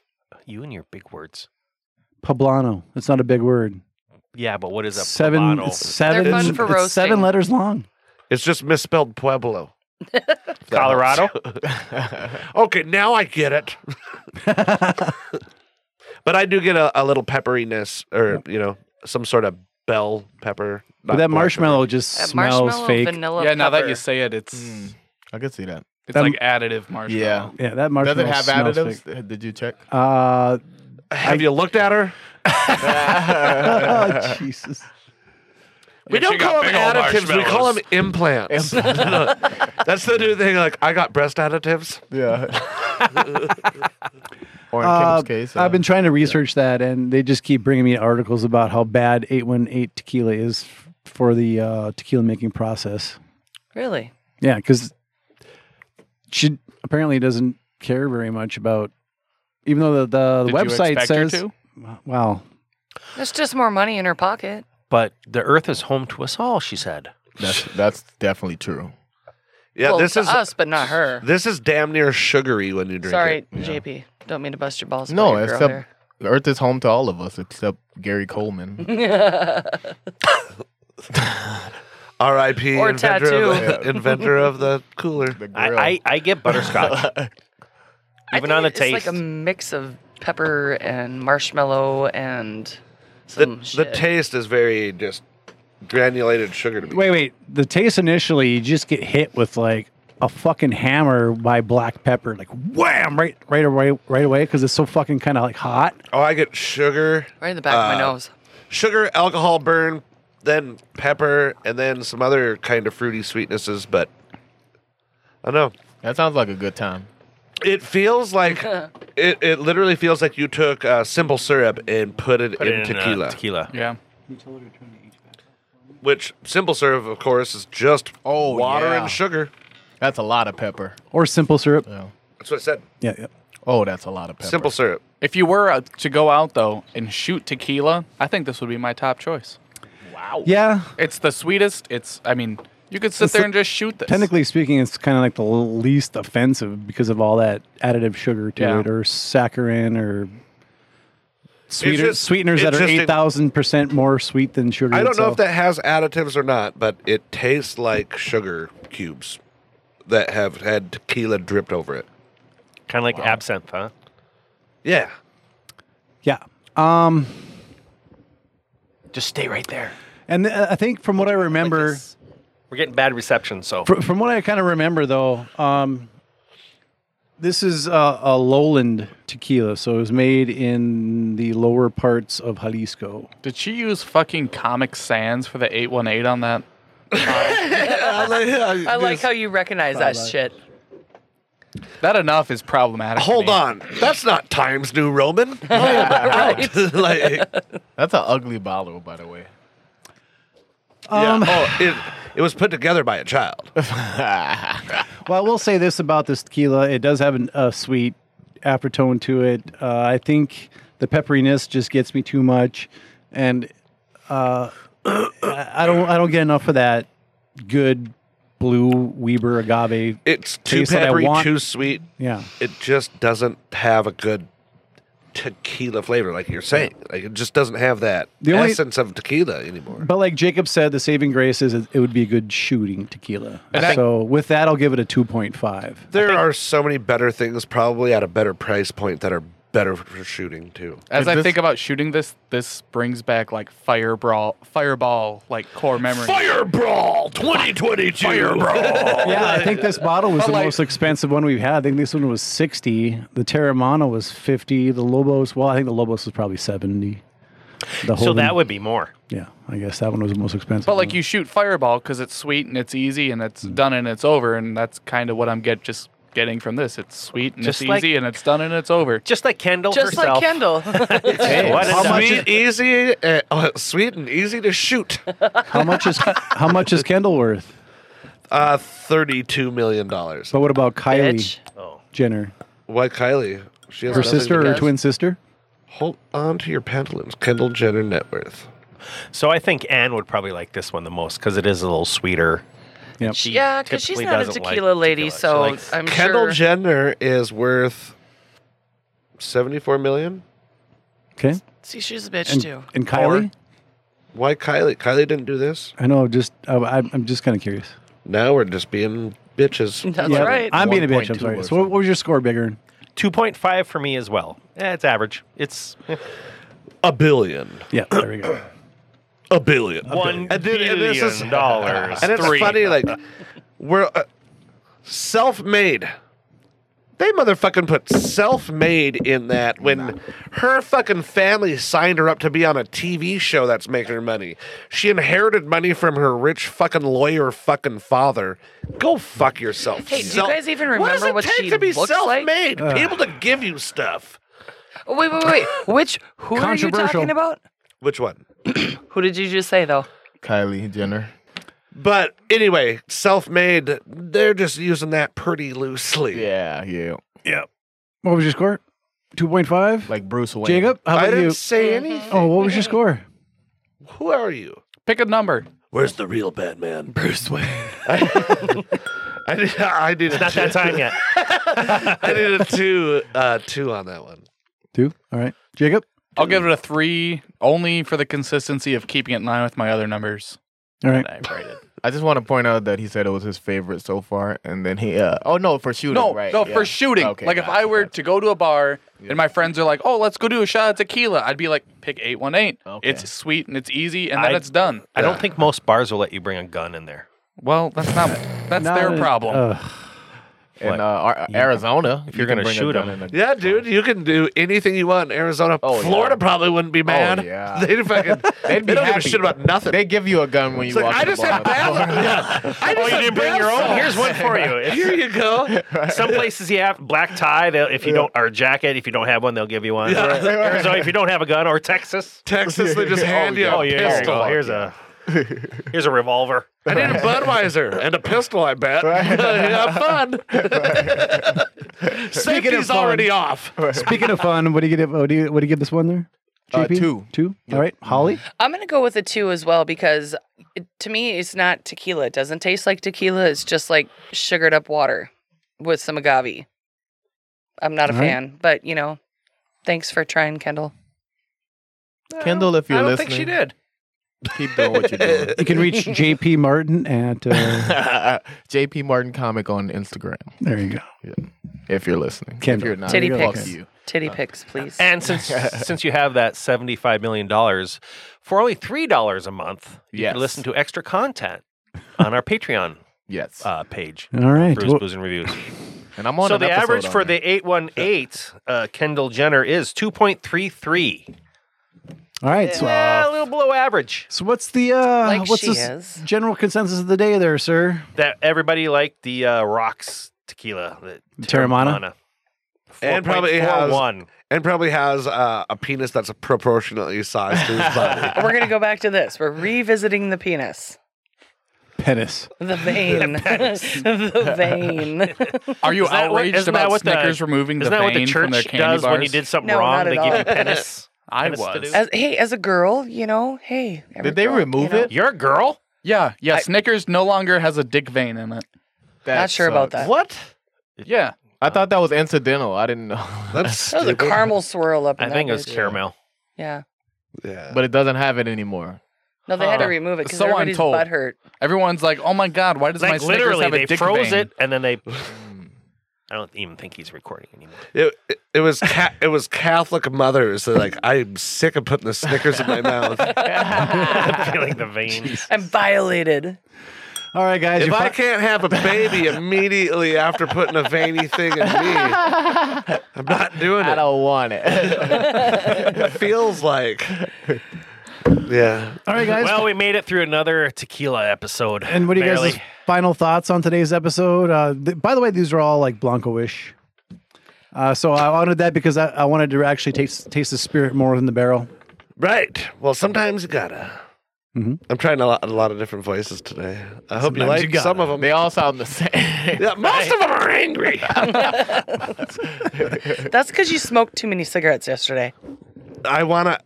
Speaker 1: You and your big words.
Speaker 3: Poblano. It's not a big word.
Speaker 1: Yeah, but what is a
Speaker 3: seven,
Speaker 1: poblano?
Speaker 3: it's 7
Speaker 4: They're fun for
Speaker 3: it's seven
Speaker 4: roasting.
Speaker 3: letters long. (laughs)
Speaker 2: It's just misspelled Pueblo.
Speaker 1: Colorado.
Speaker 2: (laughs) Okay, now I get it. but I do get a, a little pepperiness, or you know, some sort of bell pepper.
Speaker 3: But that marshmallow just
Speaker 4: That
Speaker 3: smells
Speaker 4: marshmallow
Speaker 3: fake.
Speaker 4: vanilla
Speaker 7: yeah, now that
Speaker 4: pepper.
Speaker 7: you say it, it's
Speaker 6: Mm, I could see that.
Speaker 7: it's
Speaker 3: That-
Speaker 7: like additive marshmallow.
Speaker 6: Yeah.
Speaker 3: yeah, that
Speaker 6: Does
Speaker 3: marshmallow
Speaker 6: it have
Speaker 3: smells
Speaker 6: additives?
Speaker 3: fake.
Speaker 6: Did
Speaker 3: (laughs)
Speaker 6: you check?
Speaker 3: Uh,
Speaker 2: Have you looked at her?
Speaker 3: oh, (laughs) Jesus.
Speaker 2: We
Speaker 7: Yeah, she
Speaker 2: don't call
Speaker 7: got
Speaker 2: them
Speaker 7: big old
Speaker 2: additives. We call them
Speaker 7: marshmallows.
Speaker 2: implants. (laughs) That's the new thing. Like I got breast additives.
Speaker 6: yeah. or in
Speaker 3: Uh,
Speaker 6: Kim's case,
Speaker 3: I've
Speaker 6: uh,
Speaker 3: been trying to research that, and they just keep bringing me articles about how bad 818 tequila is f- for the uh, tequila making process.
Speaker 4: Really?
Speaker 3: Yeah, because she apparently doesn't care very much about, even though the, the, the
Speaker 7: Did you
Speaker 3: website
Speaker 7: expect her
Speaker 3: says.
Speaker 7: to?
Speaker 3: Wow.
Speaker 4: That's just more money in her pocket.
Speaker 1: But the Earth is home to us all, she said.
Speaker 6: that's that's definitely true.
Speaker 2: Yeah,
Speaker 4: well,
Speaker 2: this
Speaker 4: to
Speaker 2: is
Speaker 4: us, but not her.
Speaker 2: this is damn near sugary when you drink
Speaker 4: Sorry,
Speaker 2: it.
Speaker 4: JP. Don't mean to bust your balls.
Speaker 6: No,
Speaker 4: about your girl
Speaker 6: except the Earth is home to all of us except Gary Coleman.
Speaker 4: there.
Speaker 2: R.I.P.
Speaker 4: Or
Speaker 2: inventor of
Speaker 4: tattoo.
Speaker 2: the, inventor of the cooler.
Speaker 6: The
Speaker 1: I,
Speaker 6: grill.
Speaker 1: I, I get butterscotch.
Speaker 4: (laughs) I
Speaker 1: Even
Speaker 4: think
Speaker 1: on the
Speaker 4: it's
Speaker 1: taste.
Speaker 4: like a mix of pepper and marshmallow and
Speaker 2: The,
Speaker 4: some
Speaker 2: the
Speaker 4: shit.
Speaker 2: taste is very just granulated sugar to me.
Speaker 3: Wait, wait. The taste initially, you just get hit with like a fucking hammer by black pepper, like wham, right, right away, right away, because it's so fucking kind of like hot.
Speaker 2: Oh, I get sugar,
Speaker 4: right in the back of my
Speaker 2: uh,
Speaker 4: nose.
Speaker 2: sugar, alcohol burn, then pepper, and then some other kind of fruity sweetnesses. But I don't know.
Speaker 6: that sounds like a good time.
Speaker 2: It feels
Speaker 4: (laughs)
Speaker 2: like it, it literally feels like you took uh, simple syrup and put it in,
Speaker 1: uh,
Speaker 2: tequila,
Speaker 1: tequila.
Speaker 7: Yeah.
Speaker 2: which simple syrup, of course, is just
Speaker 6: Oh,
Speaker 2: water
Speaker 6: yeah.
Speaker 2: and sugar.
Speaker 6: That's a lot of pepper.
Speaker 3: Or simple syrup.
Speaker 6: Yeah.
Speaker 2: That's what I said.
Speaker 3: Yeah, yeah.
Speaker 6: Oh, that's a lot of pepper.
Speaker 2: Simple syrup.
Speaker 7: If you were uh, to go out though and shoot tequila, I think this would be my top choice.
Speaker 3: Yeah.
Speaker 7: It's the sweetest. It's I mean, you could sit
Speaker 3: It's
Speaker 7: there
Speaker 3: the-
Speaker 7: and just shoot this.
Speaker 3: Technically speaking, it's kind of like the least offensive because of all that additive sugar to
Speaker 7: Yeah.
Speaker 3: it, or saccharin, or sweeter,
Speaker 2: just-
Speaker 3: sweeteners that
Speaker 2: it's
Speaker 3: are
Speaker 2: just a-
Speaker 3: eight thousand percent more sweet than sugar.
Speaker 2: I don't know if
Speaker 3: itself.
Speaker 2: that has additives or not, but it tastes like sugar cubes that have had tequila dripped over it.
Speaker 1: Kind of like absinthe, huh?
Speaker 2: Yeah.
Speaker 3: Yeah. Um,
Speaker 1: Just stay right there.
Speaker 3: and th- I think from what I remember,
Speaker 1: Yes. We're getting bad reception, so
Speaker 3: Fr- from what I kind of remember, though, um, this is uh, a lowland tequila, so it was made in the lower parts of Jalisco.
Speaker 7: Did she use fucking Comic Sans for the 818 on that?
Speaker 2: (laughs)
Speaker 4: I like how you recognize that shit.
Speaker 7: That enough is problematic. to
Speaker 2: Hold
Speaker 7: me.
Speaker 2: on. That's not Times New
Speaker 4: (laughs)
Speaker 2: Roman. (laughs) like,
Speaker 6: That's an ugly bottle, by the way.
Speaker 3: Um,
Speaker 2: yeah. Oh, it, it was put together by a child.
Speaker 3: Well, I will say this about this tequila: it does have an, a sweet aftertone to it. Uh, I think the pepperiness just gets me too much, and uh, (coughs) I I don't I don't get enough of that good blue Weber agave.
Speaker 2: (laughs) It's too
Speaker 3: Taste that I
Speaker 2: peppery,
Speaker 3: want.
Speaker 2: too sweet.
Speaker 3: Yeah,
Speaker 2: It just doesn't have a good tequila flavor, like you're saying. Like it just doesn't have that
Speaker 3: The only-
Speaker 2: essence of tequila anymore.
Speaker 3: but like Jacob said, the saving grace is it, it would be a good shooting tequila.
Speaker 7: I think-
Speaker 3: So with that, I'll give it a two point five.
Speaker 2: There are so many better things, probably at a better price point, that are better for shooting too.
Speaker 7: As
Speaker 6: Is
Speaker 7: I
Speaker 6: this-
Speaker 7: think about shooting this, this brings back like fireball, fireball, like core memory.
Speaker 2: Fireball 2022. Fireball.
Speaker 3: Yeah, I think this bottle was the
Speaker 7: like-
Speaker 3: most expensive one we've had. I think this one was sixty. The Terramana was fifty. The Lobos, well, I think the Lobos was probably seventy. The
Speaker 1: so
Speaker 3: Holden-
Speaker 4: Oh.
Speaker 1: that would be more.
Speaker 3: yeah, I guess that one was the most expensive.
Speaker 7: But like
Speaker 3: one.
Speaker 7: you shoot fireball because it's sweet and it's easy and it's done and it's over, and that's kind of what I'm get just getting from this. It's sweet and
Speaker 1: Just
Speaker 7: it's
Speaker 1: like-
Speaker 7: easy and it's done and it's over.
Speaker 1: Just like Kendall
Speaker 4: Just
Speaker 1: herself.
Speaker 4: like Kendall. (laughs)
Speaker 1: Hey, what
Speaker 2: How
Speaker 1: is that?
Speaker 2: much easy, uh, uh, sweet and easy to shoot.
Speaker 3: how much is how much is Kendall worth?
Speaker 2: Uh, thirty-two million dollars.
Speaker 3: But what about Kylie
Speaker 4: Bitch.
Speaker 1: Oh.
Speaker 3: Jenner,
Speaker 2: Why Kylie? She has
Speaker 3: her
Speaker 2: nothing
Speaker 3: sister
Speaker 2: to-
Speaker 3: or
Speaker 4: because-
Speaker 3: twin sister?
Speaker 2: Hold on to your pantaloons. Kendall Jenner net worth.
Speaker 1: So I think Anne would probably like this one the most because it is a little sweeter.
Speaker 3: Yep.
Speaker 1: (laughs) She
Speaker 4: yeah, because she's
Speaker 1: typically
Speaker 4: not a
Speaker 1: doesn't like
Speaker 4: tequila lady,
Speaker 1: tequila. She
Speaker 4: so
Speaker 1: likes-
Speaker 4: I'm
Speaker 2: Kendall
Speaker 4: sure.
Speaker 2: Jenner is worth seventy-four million.
Speaker 3: Okay,
Speaker 4: See, she's a bitch
Speaker 3: and,
Speaker 4: too.
Speaker 3: and Kylie.
Speaker 2: Why Kylie? Kylie didn't do this.
Speaker 3: I know. Just I, I'm I'm just kind of curious.
Speaker 2: Now we're just being bitches.
Speaker 4: That's
Speaker 3: Yeah,
Speaker 4: right.
Speaker 3: I'm being a bitch. I'm
Speaker 6: 1.2
Speaker 3: sorry.
Speaker 6: or
Speaker 3: So what, what was your score, Bigger?
Speaker 8: 2.5 for me as well. Eh, it's average. It's
Speaker 2: A billion.
Speaker 3: Yeah, there we go.
Speaker 2: A billion.
Speaker 8: one
Speaker 2: And then- and this is-
Speaker 8: billion dollars.
Speaker 2: And it's
Speaker 8: Three.
Speaker 2: funny, like we're uh, self-made. They motherfucking put self-made in that when her fucking family signed her up to be on a TV show that's making her money. She inherited money from her rich fucking lawyer fucking father. Go fuck yourself.
Speaker 4: Hey, do you
Speaker 2: Self-
Speaker 4: guys even
Speaker 2: what does
Speaker 4: remember
Speaker 2: it
Speaker 4: what
Speaker 2: take
Speaker 4: she
Speaker 2: to be
Speaker 4: looks like?
Speaker 2: self-made? People to give you stuff.
Speaker 4: Oh, wait, wait, wait. Which who are you
Speaker 3: Controversial.
Speaker 4: talking about?
Speaker 2: Which one?
Speaker 4: Who did you just say though?
Speaker 6: Kylie Jenner.
Speaker 2: But anyway, self-made. They're just using that pretty loosely.
Speaker 6: Yeah, yeah.
Speaker 3: (clears throat) What was your score? Two point five.
Speaker 6: Like Bruce Wayne.
Speaker 3: Jacob, how
Speaker 2: I
Speaker 3: about
Speaker 2: didn't
Speaker 3: you?
Speaker 2: say
Speaker 8: Mm-hmm.
Speaker 2: anything.
Speaker 3: Oh, what was your score?
Speaker 2: Who are you?
Speaker 7: Pick a number.
Speaker 2: Where's the real Batman?
Speaker 3: Bruce Wayne.
Speaker 2: (laughs) I did. I did.
Speaker 8: Not that time yet.
Speaker 2: (laughs) I did a two. Uh, two on that one.
Speaker 3: Two. All right, Jacob.
Speaker 7: I'll give it a three, only for the consistency of keeping it in line with my other numbers
Speaker 3: All right.
Speaker 7: that I've rated.
Speaker 6: I just want to point out that he said it was his favorite so far, and then he. Uh, oh no, for shooting.
Speaker 7: No,
Speaker 6: right,
Speaker 7: no,
Speaker 6: yeah.
Speaker 7: for shooting.
Speaker 6: Okay,
Speaker 7: like if
Speaker 6: gotcha,
Speaker 7: I were
Speaker 6: gotcha.
Speaker 7: to go to a bar and my friends are like, "Oh, let's go do a shot of tequila," I'd be like, "Pick eight one eight.
Speaker 6: Okay.
Speaker 7: It's sweet and it's easy, and then
Speaker 8: I-
Speaker 7: it's done."
Speaker 8: I don't think most bars will let you bring a gun in there.
Speaker 7: Well, that's not that's their
Speaker 3: Not- uh,
Speaker 7: problem.
Speaker 3: Ugh.
Speaker 6: in uh, Ar- Arizona, if
Speaker 8: you're gonna shoot him.
Speaker 2: Yeah, dude, you can do anything you want in Arizona.
Speaker 6: Oh, yeah.
Speaker 2: Florida probably wouldn't be mad.
Speaker 6: yeah.
Speaker 2: (laughs) They'd fucking. they
Speaker 6: They'd be
Speaker 2: don't give a
Speaker 6: happy.
Speaker 2: shit about nothing.
Speaker 6: They give you a gun when
Speaker 2: It's
Speaker 6: you
Speaker 2: like,
Speaker 6: walk.
Speaker 2: I
Speaker 6: in the
Speaker 2: just had
Speaker 6: bar.
Speaker 2: bail. Yeah. I just
Speaker 8: Oh, you
Speaker 2: had
Speaker 8: didn't bring your
Speaker 2: bail
Speaker 8: own?
Speaker 2: songs.
Speaker 8: Here's one for you.
Speaker 6: (laughs)
Speaker 2: Here
Speaker 8: It's-
Speaker 2: you go.
Speaker 8: Some places you have black tie. they'll- If you don't, or jacket. If you don't have one, they'll give you one.
Speaker 6: (laughs)
Speaker 8: Arizona, if you don't have a gun, or Texas.
Speaker 2: Texas, they just hand you
Speaker 8: Oh
Speaker 2: a
Speaker 8: yeah, here you
Speaker 2: pistol.
Speaker 8: go. here's
Speaker 6: (laughs)
Speaker 8: a here's a revolver.
Speaker 2: I need a Budweiser and a pistol, I bet. (laughs) Have fun. (laughs) Safety's
Speaker 3: fun.
Speaker 2: already off.
Speaker 3: Speaking of fun, what do you give? What do you, what do you give this one there?
Speaker 6: Uh,
Speaker 3: JP?
Speaker 6: two.
Speaker 3: Two. All right, Holly.
Speaker 4: I'm gonna go with a two as well because it, to me it's not tequila. It doesn't taste like tequila. It's just like sugared up water with some agave. I'm not a
Speaker 3: All right.
Speaker 4: fan, but you know, thanks for trying, Kendall.
Speaker 6: Kendall, if you're
Speaker 2: I don't
Speaker 6: listening,
Speaker 2: think she did.
Speaker 6: keep doing what you're
Speaker 2: (laughs)
Speaker 6: doing.
Speaker 3: You can reach JP Martin at. Uh,
Speaker 6: JP Martin comic on Instagram.
Speaker 3: there you go.
Speaker 6: If you're listening,
Speaker 3: Kendall.
Speaker 6: if you're not,
Speaker 4: Titty
Speaker 6: fuck
Speaker 4: pics.
Speaker 6: you.
Speaker 4: Titty pics, please.
Speaker 8: And
Speaker 6: (laughs)
Speaker 8: since since you have that seventy five million dollars, for only three dollars a month, you
Speaker 6: Yes.
Speaker 8: can listen to extra content on our Patreon
Speaker 6: Yes,
Speaker 8: uh, page.
Speaker 3: All right.
Speaker 8: Bruce
Speaker 3: Well,
Speaker 8: Booze and Reviews.
Speaker 6: and I'm on.
Speaker 8: So
Speaker 6: an
Speaker 8: the
Speaker 6: episode
Speaker 8: average
Speaker 6: on
Speaker 8: for
Speaker 6: there.
Speaker 8: the eight one eight uh, Kendall Jenner is two point three three.
Speaker 3: all right. So,
Speaker 8: Yeah, a little below average.
Speaker 3: so what's the uh,
Speaker 4: Like
Speaker 3: what's
Speaker 4: she
Speaker 3: this
Speaker 4: is.
Speaker 3: general consensus of the day there, sir?
Speaker 8: That everybody liked the uh, rocks tequila, the
Speaker 3: Terramana?
Speaker 2: And probably has-
Speaker 8: one.
Speaker 2: and probably has uh, a penis that's proportionately sized to his (laughs) body.
Speaker 4: We're gonna go back to this. We're revisiting the penis,
Speaker 3: Penis.
Speaker 4: the vein, (laughs) the vein.
Speaker 7: Are you
Speaker 8: Is that what-
Speaker 7: outraged
Speaker 8: isn't that
Speaker 7: about
Speaker 8: what the-
Speaker 7: Snickers removing the
Speaker 8: Isn't that what the
Speaker 7: vein from their
Speaker 8: church
Speaker 7: candy
Speaker 8: does when you
Speaker 7: bars?
Speaker 8: did something
Speaker 4: No,
Speaker 8: wrong?
Speaker 4: not at
Speaker 8: They give
Speaker 4: all.
Speaker 8: you (laughs) penance.
Speaker 7: I
Speaker 8: Penance to
Speaker 7: was.
Speaker 8: do?
Speaker 4: As, hey, as a girl, you know, hey. every
Speaker 6: Did they
Speaker 4: girl,
Speaker 6: remove
Speaker 4: you know.
Speaker 6: it?
Speaker 8: You're a girl.
Speaker 7: Yeah, yeah.
Speaker 4: I-
Speaker 7: Snickers no longer has a dick vein in it.
Speaker 6: That
Speaker 4: Not sure about
Speaker 6: sucks.
Speaker 4: that.
Speaker 6: What?
Speaker 7: Yeah,
Speaker 6: uh, I thought that was incidental. I didn't know. (laughs)
Speaker 2: That's
Speaker 4: That was a
Speaker 2: stupid.
Speaker 4: caramel swirl up. In
Speaker 8: I
Speaker 4: that
Speaker 8: think it was
Speaker 4: bitch.
Speaker 8: caramel.
Speaker 4: Yeah.
Speaker 2: Yeah.
Speaker 6: but it doesn't have it anymore.
Speaker 4: No, they had to
Speaker 7: Huh.
Speaker 4: remove it because
Speaker 7: So I'm
Speaker 4: everybody's
Speaker 7: told.
Speaker 4: butt hurt.
Speaker 7: everyone's like, "Oh my god, why does
Speaker 8: It's like
Speaker 7: my Snickers
Speaker 8: literally,
Speaker 7: have a
Speaker 8: they
Speaker 7: dick
Speaker 8: froze
Speaker 7: vein?"
Speaker 8: it and then they. (laughs) I don't even think he's recording (laughs) anymore.
Speaker 2: It, it, it was ca- it was Catholic mothers. They're like, I'm sick of putting the Snickers (laughs) in my mouth.
Speaker 8: I'm feeling the vein.
Speaker 4: I'm violated.
Speaker 3: All right, guys.
Speaker 2: if
Speaker 3: your
Speaker 2: I
Speaker 3: fi-
Speaker 2: can't have a baby immediately after putting a veiny thing in me, I'm not doing
Speaker 6: I
Speaker 2: it.
Speaker 6: don't want it.
Speaker 2: (laughs) It feels like. Yeah.
Speaker 3: all right, guys.
Speaker 8: Well, we made it through another tequila episode.
Speaker 3: and what are you
Speaker 8: Barely.
Speaker 7: (laughs)
Speaker 3: guys' final thoughts on today's episode? Uh, th- by the way, these are all like Blanco-ish. Uh, so I wanted that because I, I wanted to actually taste taste the spirit more than the barrel.
Speaker 2: Right. Well, sometimes you gotta.
Speaker 3: Mhm.
Speaker 2: I'm trying a lot, a lot of different voices today. I hope
Speaker 3: Sometimes you
Speaker 2: you like some of them.
Speaker 6: they all sound the (laughs) same.
Speaker 2: Yeah, most of them
Speaker 3: (laughs)
Speaker 2: are angry.
Speaker 4: That's because you smoked too many cigarettes yesterday.
Speaker 2: I wanna.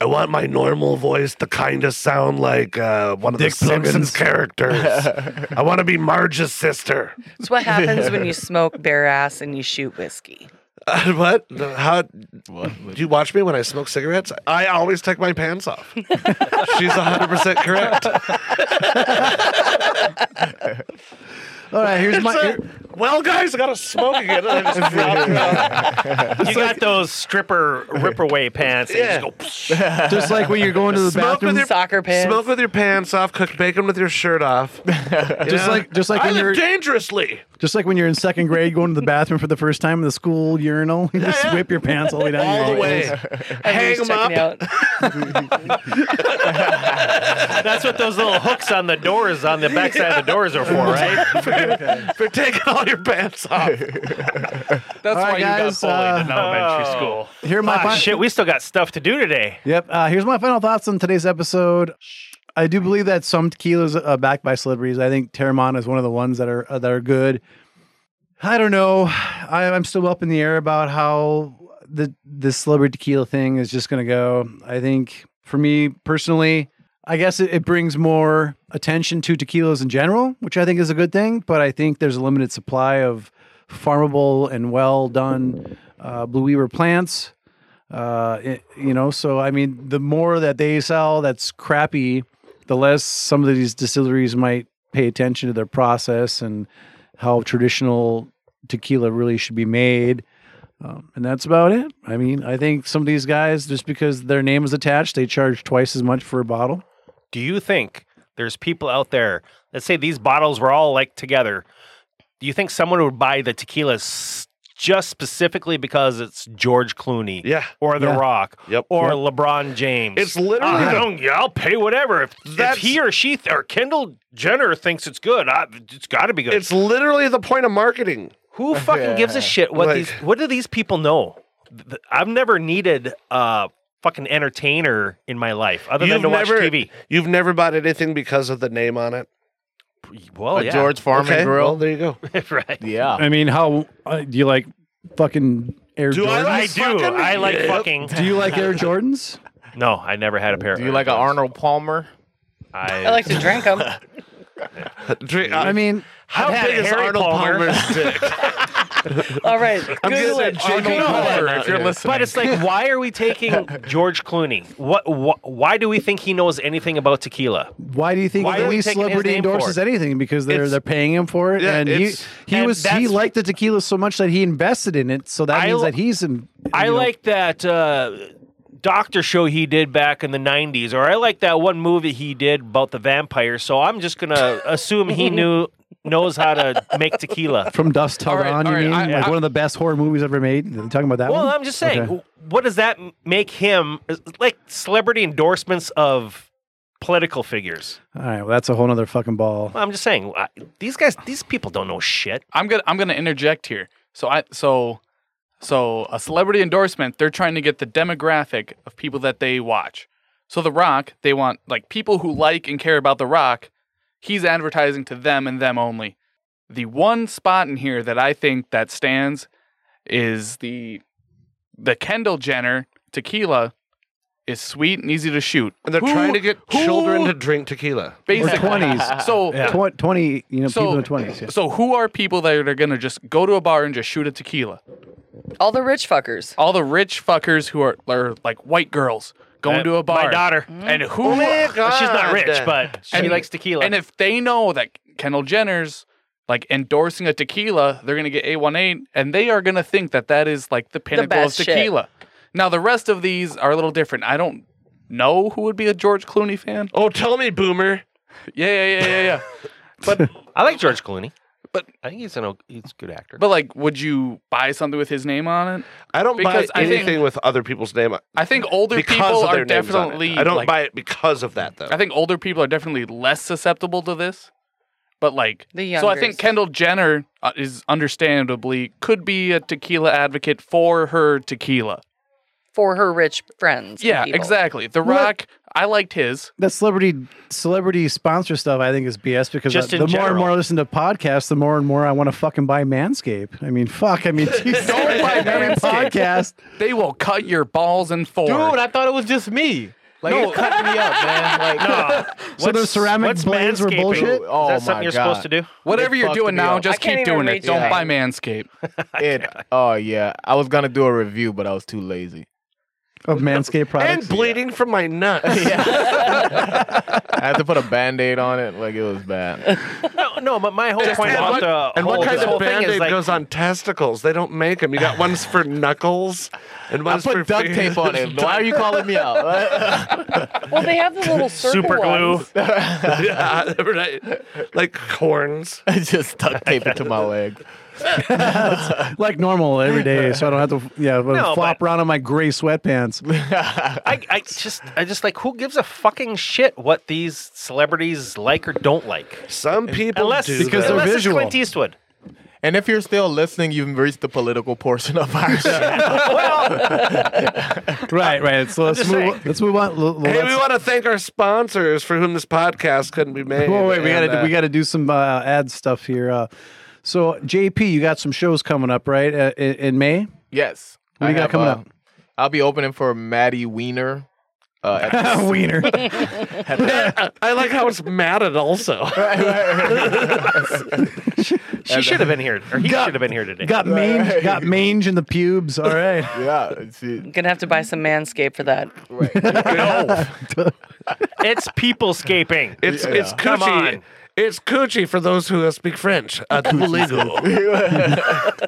Speaker 2: I want my normal voice to kind of sound like uh, one of
Speaker 3: Dick
Speaker 2: the Simpsons
Speaker 3: Plugins. (laughs)
Speaker 2: characters. I want to be Marge's sister. (laughs)
Speaker 4: It's what happens when you smoke bare ass and you shoot whiskey.
Speaker 2: Uh, what? How?
Speaker 6: What?
Speaker 2: Do you watch me when I smoke cigarettes? I always take my
Speaker 3: (laughs)
Speaker 2: pants off. She's 100% correct.
Speaker 3: All right, here's my.
Speaker 2: (laughs)
Speaker 3: here-
Speaker 2: well, guys, I got a smoke again. I
Speaker 3: (laughs)
Speaker 2: just dropped it off.
Speaker 1: You got those stripper rip away
Speaker 7: (laughs)
Speaker 1: pants. that you just
Speaker 2: Yeah.
Speaker 1: go,
Speaker 3: just like when you're going to the
Speaker 2: Smoke
Speaker 3: bathroom.
Speaker 2: with your
Speaker 4: Soccer pants.
Speaker 2: Smoke with your pants off. Cook bacon with your shirt off.
Speaker 3: just like just like
Speaker 2: I
Speaker 3: when you're
Speaker 2: live dangerously.
Speaker 3: just like when you're in second grade going to the bathroom for the first time in the school urinal. (laughs) You just
Speaker 2: yeah.
Speaker 3: whip your pants all the way down.
Speaker 2: All
Speaker 3: your
Speaker 2: the way.
Speaker 3: (laughs) ankles.
Speaker 2: Hang them up.
Speaker 1: That's what those little hooks on the doors on the backside of the doors are for, right?
Speaker 2: for taking all your pants off.
Speaker 7: That's
Speaker 3: All right,
Speaker 7: why
Speaker 3: guys,
Speaker 7: you got bullied in
Speaker 3: uh,
Speaker 7: elementary
Speaker 8: (laughs)
Speaker 7: school.
Speaker 3: Here are my
Speaker 1: Ah,
Speaker 3: final,
Speaker 1: shit, we still got stuff to do today.
Speaker 3: Yep. Uh, here's my final thoughts on today's episode. I do believe that some tequilas are backed by celebrities. I think Terramana is one of the ones that are uh, that are good. I don't know. I, I'm still up in the air about how the this celebrity tequila thing is just going to go. I think for me personally, I guess it, it brings more attention to tequilas in general, which I think is a good thing. But I think there's a limited supply of farmable and well done uh, Blue Weaver plants uh, it- you know, so I mean, the more that they sell that's crappy, the less some of these distilleries might pay attention to their process and how traditional tequila really should be made. Um, and that's about it. I mean, I think some of these guys, just because their name is attached, they charge twice as much for a bottle.
Speaker 1: Do you think there's people out there, let's say these bottles were all like together, do you think someone would buy the tequila s- just specifically because it's George Clooney
Speaker 2: Yeah.
Speaker 1: or The
Speaker 3: Yeah.
Speaker 1: Rock
Speaker 2: Yep.
Speaker 1: or LeBron James?
Speaker 2: It's literally
Speaker 1: I
Speaker 2: the-
Speaker 1: don't, yeah, I'll pay whatever. If, if
Speaker 2: That's-
Speaker 1: he or she th- or Kendall Jenner thinks it's good, I, it's got to be good.
Speaker 2: It's literally the point of marketing.
Speaker 1: Who fucking gives a shit what
Speaker 2: Like-
Speaker 1: these what do these people know? Th- I've never needed a fucking entertainer in my life other than to watch TV.
Speaker 2: You've never bought anything because of the name on it.
Speaker 1: Well,
Speaker 6: a
Speaker 1: yeah.
Speaker 6: George Foreman
Speaker 2: okay.
Speaker 6: grill.
Speaker 2: Well, there you go.
Speaker 1: right.
Speaker 6: yeah.
Speaker 3: I mean, how uh, do you like fucking Air
Speaker 2: Do I
Speaker 3: Jordans?
Speaker 1: I
Speaker 2: like
Speaker 1: do.
Speaker 2: fucking-
Speaker 1: I like
Speaker 2: Yep.
Speaker 1: fucking.
Speaker 3: do you like Air Jordans?
Speaker 1: No, I never had a pair.
Speaker 6: Do you like an Arnold Palmer?
Speaker 1: I,
Speaker 4: I like to drink them.
Speaker 2: Drink-
Speaker 3: I
Speaker 2: I mean,
Speaker 3: mean,
Speaker 2: how
Speaker 1: I've had
Speaker 2: big
Speaker 1: a
Speaker 2: is
Speaker 1: Harry
Speaker 2: Arnold
Speaker 1: Palmer.
Speaker 2: Palmer's dick?
Speaker 4: All right.
Speaker 2: (laughs) I'm
Speaker 4: Google
Speaker 2: getting
Speaker 4: it.
Speaker 2: that Arnold
Speaker 4: Google it.
Speaker 2: Palmer.
Speaker 6: if you're listening.
Speaker 1: But it's like, why are we
Speaker 6: (laughs)
Speaker 1: taking George Clooney? What? Wh- why do we think he knows anything about tequila?
Speaker 3: Why do you think
Speaker 1: Why are we
Speaker 3: any
Speaker 1: taking his
Speaker 3: celebrity
Speaker 1: name for
Speaker 3: endorses
Speaker 1: it?
Speaker 3: anything? Because they're
Speaker 2: It's-
Speaker 3: they're paying him for it,
Speaker 2: Yeah,
Speaker 3: and he
Speaker 2: it's-
Speaker 3: he
Speaker 1: and
Speaker 3: was he
Speaker 1: that's-
Speaker 3: liked the tequila so much that he invested in it. So that
Speaker 1: I
Speaker 3: means
Speaker 1: l-
Speaker 3: that he's in.
Speaker 1: I
Speaker 3: you know,
Speaker 1: like that uh, doctor show he did back in the 90s, or I like that one movie he did about the vampire. So I'm just going (laughs) to assume he knew knows how to make tequila.
Speaker 3: from Dust Till
Speaker 7: All right,
Speaker 3: Dawn.
Speaker 7: all
Speaker 3: You
Speaker 7: right,
Speaker 3: mean
Speaker 7: I-
Speaker 3: like
Speaker 7: I-
Speaker 3: one of the best horror movies ever made? Are you talking about that
Speaker 1: Well,
Speaker 3: one?
Speaker 1: I'm just saying,
Speaker 3: Okay.
Speaker 1: what does that m- make him like celebrity endorsements of political figures?
Speaker 3: All right, well, that's a whole other fucking ball.
Speaker 1: I'm just saying, I- these guys, these people don't know shit.
Speaker 7: I'm gonna I'm gonna interject here. So I so so a celebrity endorsement, they're trying to get the demographic of people that they watch. So The Rock, they want like people who like and care about The Rock, he's advertising to them and them only. The one spot in here that I think that stands is the the Kendall Jenner tequila is sweet and easy to shoot.
Speaker 2: And they're
Speaker 7: Who-
Speaker 2: trying to get
Speaker 7: who-
Speaker 2: children to drink tequila.
Speaker 3: Or
Speaker 2: (laughs)
Speaker 7: basically
Speaker 3: twenties,
Speaker 7: So
Speaker 3: Tw- twenty, you know,
Speaker 7: So-
Speaker 3: people in the twenties. Yeah.
Speaker 7: so who are people that are gonna just go to a bar and just shoot a tequila?
Speaker 4: All the rich fuckers.
Speaker 7: all the rich fuckers who are, are like white girls going
Speaker 1: Uh,
Speaker 7: to a bar.
Speaker 1: My daughter.
Speaker 2: Mm.
Speaker 7: And who?
Speaker 2: Oh
Speaker 1: She's not rich, but she
Speaker 7: And-
Speaker 1: likes tequila.
Speaker 7: and if they know that Kendall Jenner's like endorsing a tequila, they're gonna get A18, and they are gonna think that that is like the pinnacle of
Speaker 4: best shit.
Speaker 7: tequila. Now the rest of these are a little different. I don't know who would be a George Clooney fan.
Speaker 2: Oh, tell me, Boomer.
Speaker 7: Yeah, yeah,
Speaker 2: (laughs)
Speaker 7: yeah, yeah, yeah.
Speaker 1: I like George Clooney,
Speaker 7: But-
Speaker 1: I think he's an o- he's a good actor.
Speaker 7: but like, would you buy something with his name on it?
Speaker 2: I don't
Speaker 7: Because
Speaker 2: buy
Speaker 7: I think-
Speaker 2: anything with other people's name
Speaker 7: I think older
Speaker 2: because
Speaker 7: people
Speaker 2: of their
Speaker 7: are
Speaker 2: names on it.
Speaker 7: definitely.
Speaker 2: I don't
Speaker 7: like,
Speaker 2: buy it because of that though.
Speaker 7: I think older people are definitely less susceptible to this. But like,
Speaker 4: The
Speaker 7: so I think
Speaker 4: youngers.
Speaker 7: Kendall Jenner uh, is understandably could be a tequila advocate for her tequila.
Speaker 4: For her rich friends.
Speaker 7: Yeah,
Speaker 4: people.
Speaker 7: exactly. The
Speaker 3: Well,
Speaker 7: Rock, I liked his.
Speaker 3: That celebrity celebrity sponsor stuff, I think, is BS because
Speaker 1: Just
Speaker 3: the
Speaker 1: in
Speaker 3: more and
Speaker 1: general.
Speaker 3: more I listen to podcasts, the more and more I want to fucking buy Manscaped. I mean, fuck. I mean, (laughs) Jesus.
Speaker 7: buy
Speaker 3: every
Speaker 7: Manscaped.
Speaker 3: podcast.
Speaker 7: They will cut your balls in four.
Speaker 6: Dude, I thought it was just me. Like no. (laughs) cut me up, man.
Speaker 2: uh,
Speaker 6: Like
Speaker 2: (laughs)
Speaker 3: So those ceramic
Speaker 1: what's
Speaker 3: blades were
Speaker 1: manscaping?
Speaker 3: bullshit.
Speaker 1: Is
Speaker 6: oh
Speaker 1: that something
Speaker 6: my
Speaker 1: you're
Speaker 6: God.
Speaker 1: supposed to do? (laughs)
Speaker 7: Whatever
Speaker 6: It
Speaker 7: you're
Speaker 6: fucked
Speaker 7: doing
Speaker 6: me
Speaker 7: now,
Speaker 6: up.
Speaker 7: just
Speaker 4: I can't
Speaker 7: keep
Speaker 4: even
Speaker 7: doing it.
Speaker 4: reach
Speaker 7: Don't
Speaker 4: that.
Speaker 7: buy
Speaker 6: (laughs)
Speaker 7: Manscaped.
Speaker 6: It, oh yeah, I was gonna do a review, but I was too lazy.
Speaker 3: Of Manscaped products.
Speaker 2: and bleeding from my
Speaker 7: (laughs)
Speaker 2: nuts.
Speaker 6: I had to put a band-aid on it. Like it was bad.
Speaker 1: No, no, but my whole point
Speaker 2: and
Speaker 1: about
Speaker 2: what,
Speaker 1: the
Speaker 2: and what
Speaker 1: whole,
Speaker 2: kind
Speaker 1: this
Speaker 2: of
Speaker 1: whole thing
Speaker 2: band
Speaker 1: is
Speaker 2: aid
Speaker 1: like,
Speaker 2: goes on testicles? They don't make them. You got ones for knuckles and
Speaker 6: I
Speaker 2: ones for
Speaker 6: put duct
Speaker 2: fingers.
Speaker 6: tape
Speaker 2: (laughs)
Speaker 6: on it. Why are you calling me out?
Speaker 9: Well, they have the
Speaker 8: (laughs)
Speaker 9: little circle
Speaker 8: Super glue.
Speaker 7: (laughs)
Speaker 9: ones.
Speaker 2: yeah, right. Like horns.
Speaker 6: (laughs) I just duct tape it to my leg.
Speaker 3: like normal every day, so I don't have to yeah
Speaker 1: No,
Speaker 3: flop
Speaker 1: but-
Speaker 3: around in my gray sweatpants.
Speaker 1: I, I just, I just like, who gives a fucking shit what these celebrities like or don't like?
Speaker 2: Some people
Speaker 1: Unless,
Speaker 2: do
Speaker 3: Because
Speaker 2: that.
Speaker 3: they're
Speaker 1: unless
Speaker 3: visual.
Speaker 1: it's Clint Eastwood.
Speaker 6: And if you're still listening, you've reached the political portion of our show.
Speaker 3: (laughs) right, right. So let's
Speaker 1: just
Speaker 3: move.
Speaker 1: saying.
Speaker 3: Let's move on. L-
Speaker 2: Hey,
Speaker 3: let's-
Speaker 2: we want to thank our sponsors for whom this podcast couldn't be made.
Speaker 3: Whoa, wait, we
Speaker 2: And,
Speaker 3: gotta
Speaker 2: uh,
Speaker 3: we gotta do some uh, ad stuff here. Uh, so JP, you got some shows coming up, right? Uh, in, in May.
Speaker 6: yes.
Speaker 3: What do you got
Speaker 6: have,
Speaker 3: coming
Speaker 6: uh,
Speaker 3: up?
Speaker 6: I'll be opening for Maddie Wiener. Uh,
Speaker 3: (laughs)
Speaker 6: at the
Speaker 3: (laughs) Wiener.
Speaker 2: uh, (laughs) I like how it's
Speaker 1: (laughs)
Speaker 2: matted also.
Speaker 1: She should have been here, or he should have been here today.
Speaker 3: got mange. Got mange in the pubes. All (laughs) right.
Speaker 6: Yeah, see,
Speaker 4: Gonna have to buy some Manscaped for that.
Speaker 1: (laughs) It's people scaping.
Speaker 2: It's it's
Speaker 1: Come
Speaker 2: coochie.
Speaker 1: on.
Speaker 2: It's coochie for those who speak French. Uh,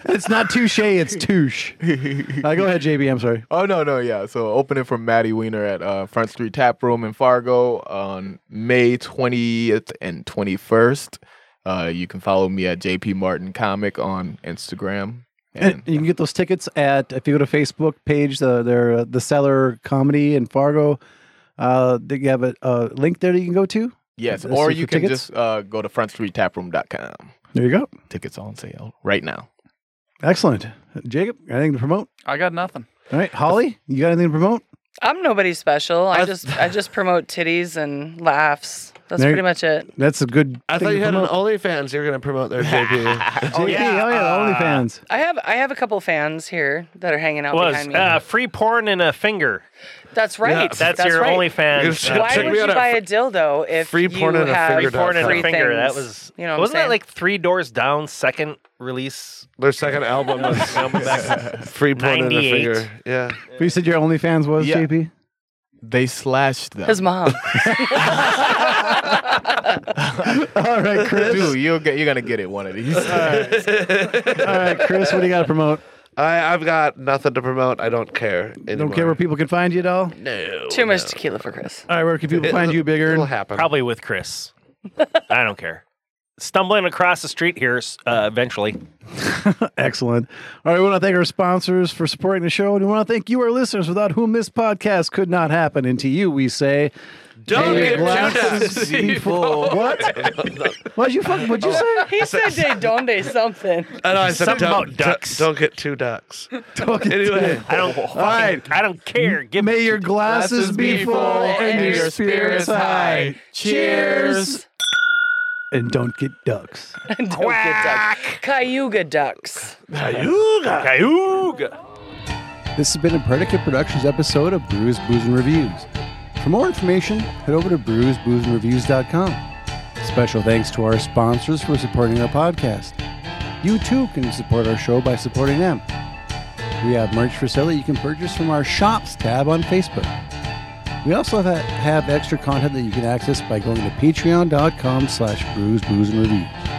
Speaker 3: It's not touche. It's touche. Uh, go ahead, JB. I'm sorry.
Speaker 6: Oh no, no, yeah. So opening for Maddie Wiener at uh, Front Street Tap Room in Fargo on May twentieth and twenty first. Uh, you can follow me at JP Martin Comic on Instagram.
Speaker 3: And you can get those tickets at if you go to Facebook page, uh, they're uh, the seller comedy in Fargo. Uh, they have a, a link there that you can go to.
Speaker 6: yes,
Speaker 3: Uh,
Speaker 6: or
Speaker 3: so
Speaker 6: you
Speaker 3: for
Speaker 6: can
Speaker 3: tickets?
Speaker 6: just uh, go to frontstreettaproom.com.
Speaker 3: There you go.
Speaker 6: Tickets on sale right now.
Speaker 3: Excellent, Jacob. Anything to promote?
Speaker 7: I got nothing.
Speaker 3: All right, Holly, you got anything to promote?
Speaker 4: I'm nobody special. I just I just promote titties and laughs. That's
Speaker 3: There-
Speaker 4: pretty much it.
Speaker 3: That's a good.
Speaker 2: I
Speaker 3: thing
Speaker 2: thought
Speaker 3: to
Speaker 2: you had an
Speaker 3: promote.
Speaker 2: OnlyFans you were going to promote there,
Speaker 1: (laughs)
Speaker 2: JP.
Speaker 3: Oh yeah, oh yeah, the OnlyFans.
Speaker 4: I have I have a couple fans here that are hanging out
Speaker 1: was
Speaker 4: behind me.
Speaker 1: uh, free porn and a finger.
Speaker 4: that's right.
Speaker 1: That's, your
Speaker 4: right.
Speaker 1: OnlyFans.
Speaker 2: Check-
Speaker 1: uh,
Speaker 4: Why
Speaker 2: check
Speaker 1: thing.
Speaker 4: would
Speaker 2: me
Speaker 4: you
Speaker 2: out at
Speaker 4: buy a dildo if
Speaker 2: free
Speaker 4: you
Speaker 2: porn and a
Speaker 4: have
Speaker 2: finger
Speaker 1: Free porn and
Speaker 4: free
Speaker 1: a finger. That
Speaker 4: things?
Speaker 1: was
Speaker 4: you know what I'm
Speaker 1: wasn't that
Speaker 4: saying?
Speaker 1: like three doors down, second release?
Speaker 2: Their second album
Speaker 1: (laughs)
Speaker 2: was (laughs) free porn in the
Speaker 1: 98.
Speaker 2: finger. Yeah.
Speaker 3: But you said your OnlyFans was
Speaker 6: Yeah.
Speaker 2: (laughs)
Speaker 3: JP.
Speaker 6: They slashed them.
Speaker 1: (laughs)
Speaker 4: his mom.
Speaker 3: All right, Chris.
Speaker 6: Dude, you'll get, you're gonna get it one of these.
Speaker 3: All right, Chris. What do you got to
Speaker 2: (laughs)
Speaker 3: promote?
Speaker 2: I, I've got nothing to promote. I don't care.
Speaker 3: Don't
Speaker 2: Anymore.
Speaker 3: care where people can find you at all.
Speaker 2: No. (laughs)
Speaker 4: Too much tequila for Chris.
Speaker 3: All right, where can people find you, Bigger?
Speaker 2: It'll happen.
Speaker 1: Probably with Chris. I don't care. Stumbling across the street here uh, eventually.
Speaker 3: (laughs) Excellent. All right, we want to thank our sponsors for supporting the show, and we want to thank you, our listeners, without whom this podcast could not happen. And to you, we say,
Speaker 2: Don't
Speaker 3: "Hey,
Speaker 2: get
Speaker 3: glasses (laughs)
Speaker 2: Judas
Speaker 3: before- (laughs) What? What'd you fuck? What'd you (laughs)
Speaker 1: Oh.
Speaker 3: say?
Speaker 4: He said they don't
Speaker 2: (laughs)
Speaker 4: they something.
Speaker 2: I know, I said
Speaker 1: Something
Speaker 2: don't,
Speaker 1: about ducks.
Speaker 2: Don't get two ducks.
Speaker 3: Don't get
Speaker 1: (laughs)
Speaker 2: Anyway.
Speaker 1: I
Speaker 4: (laughs)
Speaker 1: don't.
Speaker 3: right.
Speaker 1: I don't care. Give
Speaker 3: May
Speaker 1: me
Speaker 3: your glasses be full and your spirits high. Cheers. And don't get ducks.
Speaker 4: Don't get ducks. Cayuga ducks.
Speaker 3: This has been a Predicate Productions episode of Brews, Booze, and Reviews. For more information, head over to brewsboozeandreviews.com. Special thanks to our sponsors for supporting our podcast. You too can support our show by supporting them. We have merch for sale that you can purchase from our Shops tab on Facebook. We also have, have extra content that you can access by going to patreon.com slash brews, booze, and reviews.